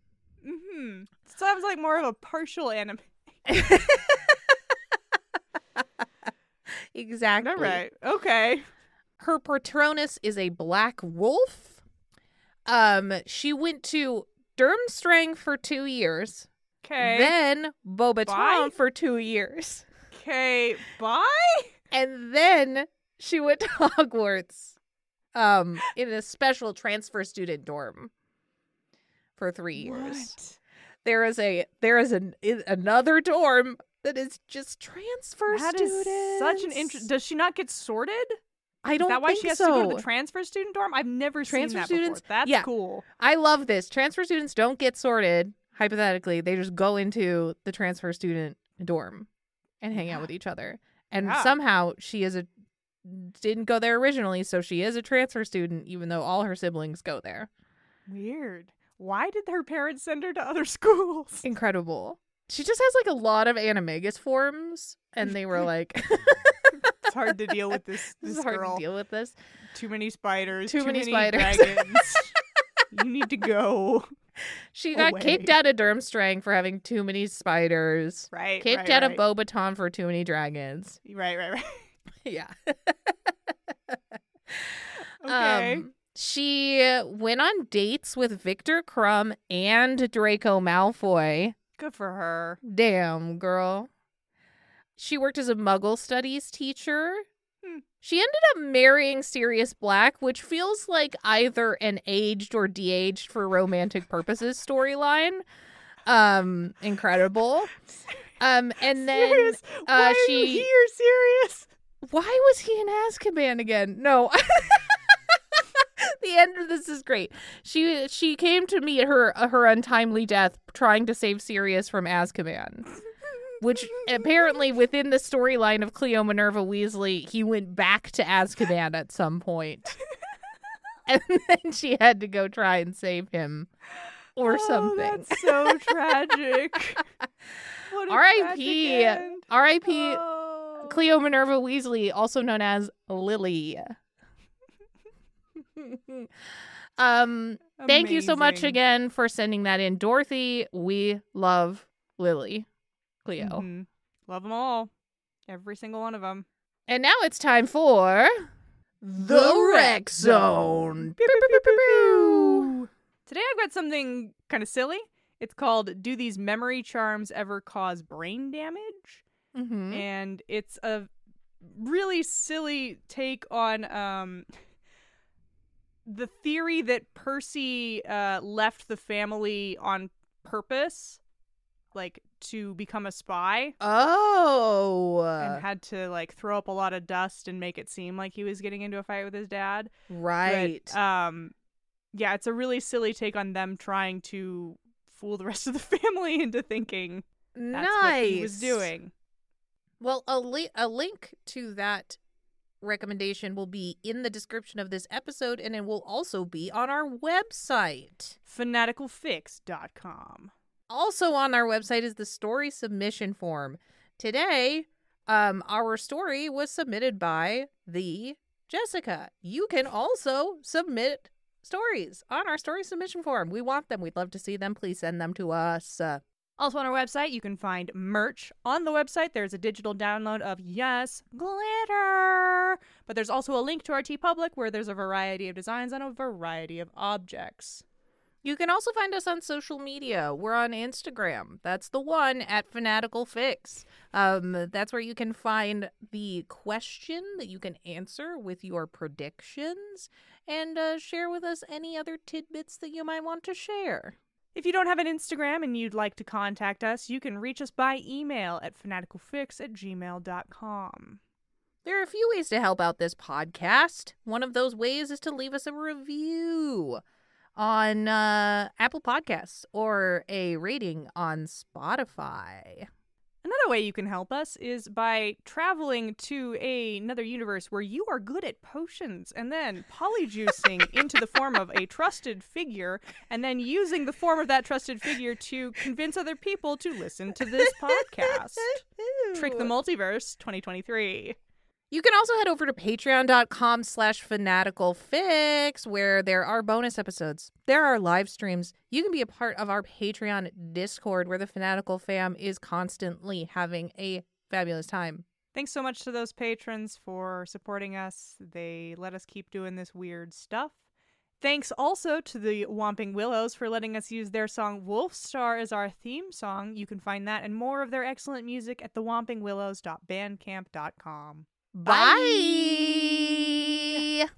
[SPEAKER 2] Mm-hmm. Sounds like more of a partial anime.
[SPEAKER 1] Exactly.
[SPEAKER 2] All right. Okay.
[SPEAKER 1] Her patronus is a black wolf. Um, she went to Durmstrang for two years,
[SPEAKER 2] Okay.
[SPEAKER 1] then
[SPEAKER 2] Bye.
[SPEAKER 1] Bobaton for two years,
[SPEAKER 2] Okay. Bye.
[SPEAKER 1] and then she went to <laughs> Hogwarts, um, in a special transfer student dorm for three years. there is a there is an i- another dorm that is just transfer
[SPEAKER 2] What? That
[SPEAKER 1] students.
[SPEAKER 2] is such an interest. Does she not get sorted?
[SPEAKER 1] I
[SPEAKER 2] Is
[SPEAKER 1] don't
[SPEAKER 2] that why
[SPEAKER 1] think
[SPEAKER 2] she has
[SPEAKER 1] so.
[SPEAKER 2] to go to the transfer student dorm? I've never
[SPEAKER 1] Transfer
[SPEAKER 2] seen that
[SPEAKER 1] students-
[SPEAKER 2] before. That's
[SPEAKER 1] yeah.
[SPEAKER 2] cool.
[SPEAKER 1] I love this. Transfer students don't get sorted. Hypothetically, they just go into the transfer student dorm and hang out with each other. And
[SPEAKER 2] Yeah.
[SPEAKER 1] somehow she is a didn't go there originally, so she is a transfer student, even though all her siblings go there.
[SPEAKER 2] Weird. Why did her parents send her to other <laughs> schools?
[SPEAKER 1] Incredible. She just has like a lot of animagus forms, and they
[SPEAKER 2] <laughs>
[SPEAKER 1] were like, <laughs>
[SPEAKER 2] It's hard to deal with this.
[SPEAKER 1] "This is hard
[SPEAKER 2] girl.
[SPEAKER 1] to deal with this."
[SPEAKER 2] Too many spiders.
[SPEAKER 1] Too
[SPEAKER 2] Too,
[SPEAKER 1] many
[SPEAKER 2] many,
[SPEAKER 1] spiders.
[SPEAKER 2] <laughs> dragons. you need to <laughs> go.
[SPEAKER 1] She got
[SPEAKER 2] away.
[SPEAKER 1] kicked out of Durmstrang for having too many spiders.
[SPEAKER 2] Right.
[SPEAKER 1] Kicked
[SPEAKER 2] right,
[SPEAKER 1] out
[SPEAKER 2] right.
[SPEAKER 1] of Bobaton for too many
[SPEAKER 2] <laughs>
[SPEAKER 1] dragons.
[SPEAKER 2] Right, right, right.
[SPEAKER 1] Yeah.
[SPEAKER 2] Okay.
[SPEAKER 1] Um, she went on dates with Victor Crumb and Draco Malfoy.
[SPEAKER 2] Good for her.
[SPEAKER 1] Damn, girl. She worked as a muggle studies teacher.
[SPEAKER 2] Hmm.
[SPEAKER 1] She ended up marrying Sirius Black, which feels like either an aged or de-aged for romantic purposes storyline. Um,
[SPEAKER 2] <laughs>
[SPEAKER 1] incredible. Um, and then
[SPEAKER 2] serious? Why
[SPEAKER 1] uh,
[SPEAKER 2] are you
[SPEAKER 1] she-
[SPEAKER 2] here? Serious?
[SPEAKER 1] why was he in Azkaban again? No. <laughs> the end of this is great. She she came to meet her her untimely death trying to save Sirius from Azkaban. Which apparently within the storyline of Cleo Minerva Weasley, he went back to Azkaban at some point. <laughs> And then she had to go try and save him or
[SPEAKER 2] <laughs> Oh,
[SPEAKER 1] something.
[SPEAKER 2] That's <laughs> so tragic. What a
[SPEAKER 1] R.I.P.
[SPEAKER 2] tragic end.
[SPEAKER 1] R.I.P.
[SPEAKER 2] Oh.
[SPEAKER 1] Cleo Minerva Weasley, also known as
[SPEAKER 2] <laughs>
[SPEAKER 1] Lily. um, thank you so much
[SPEAKER 2] Amazing.
[SPEAKER 1] again for sending that in, Dorothy. We love Lily, Cleo.
[SPEAKER 2] Mhm. Love them all. Every single one of them.
[SPEAKER 1] And now it's time for
[SPEAKER 2] The Rec
[SPEAKER 1] Zone.
[SPEAKER 2] Today I've got something kind of silly. It's called Do These Memory Charms Ever Cause Brain Damage?
[SPEAKER 1] hmm
[SPEAKER 2] and it's a really silly take on um, <laughs> the theory that Percy uh, left the family on purpose, like to become a spy,
[SPEAKER 1] Oh,
[SPEAKER 2] and had to like throw up a lot of dust and make it seem like he was getting into a fight with his dad. But,
[SPEAKER 1] right.
[SPEAKER 2] um, yeah, it's a really silly take on them trying to fool the rest of the <laughs> family into thinking that's
[SPEAKER 1] nice.
[SPEAKER 2] what he was doing.
[SPEAKER 1] Well, a, li- a link to that recommendation will be in the description of this episode, and it will also be on our website.
[SPEAKER 2] Fanaticalfix.com.
[SPEAKER 1] Also on our website is the story submission form. Today, um, our story was submitted by the Jessica. You can also submit stories on our story submission form. We want them. We'd love to see them. Please send them to us. Uh,
[SPEAKER 2] Also on our website, you can find merch. On the website, there's a digital download of Yes Glitter, but there's also a link to our T Public where there's a variety of designs on a variety of objects.
[SPEAKER 1] you can also find us on social media. We're on Instagram. That's the one at Fanatical Fix. Um, that's where you can find the question that you can answer with your predictions and uh, share with us any other tidbits that you might want to share.
[SPEAKER 2] If you don't have an Instagram and you'd like to contact us, you can reach us by email at fanaticalfix at gmail.com.
[SPEAKER 1] There are a few ways to help out this podcast. One of those ways is to leave us a review on uh, Apple Podcasts or a rating on Spotify.
[SPEAKER 2] Another way you can help us is by traveling to a- another universe where you are good at potions and then polyjuicing into the form of a trusted figure and then using the form of that trusted figure to convince other people to listen to this podcast. Trick the Multiverse 2023.
[SPEAKER 1] You can also head over to patreon.com slash fanaticalfix where there are bonus episodes. There are live streams. You can be a part of our Patreon Discord where the Fanatical fam is constantly having a fabulous time.
[SPEAKER 2] Thanks so much to those patrons for supporting us. They let us keep doing this weird stuff. Thanks also to the Whomping Willows for letting us use their song Wolf Star as our theme song. You can find that and more of their excellent music at thewompingwillows.bandcamp.com.
[SPEAKER 1] Bye.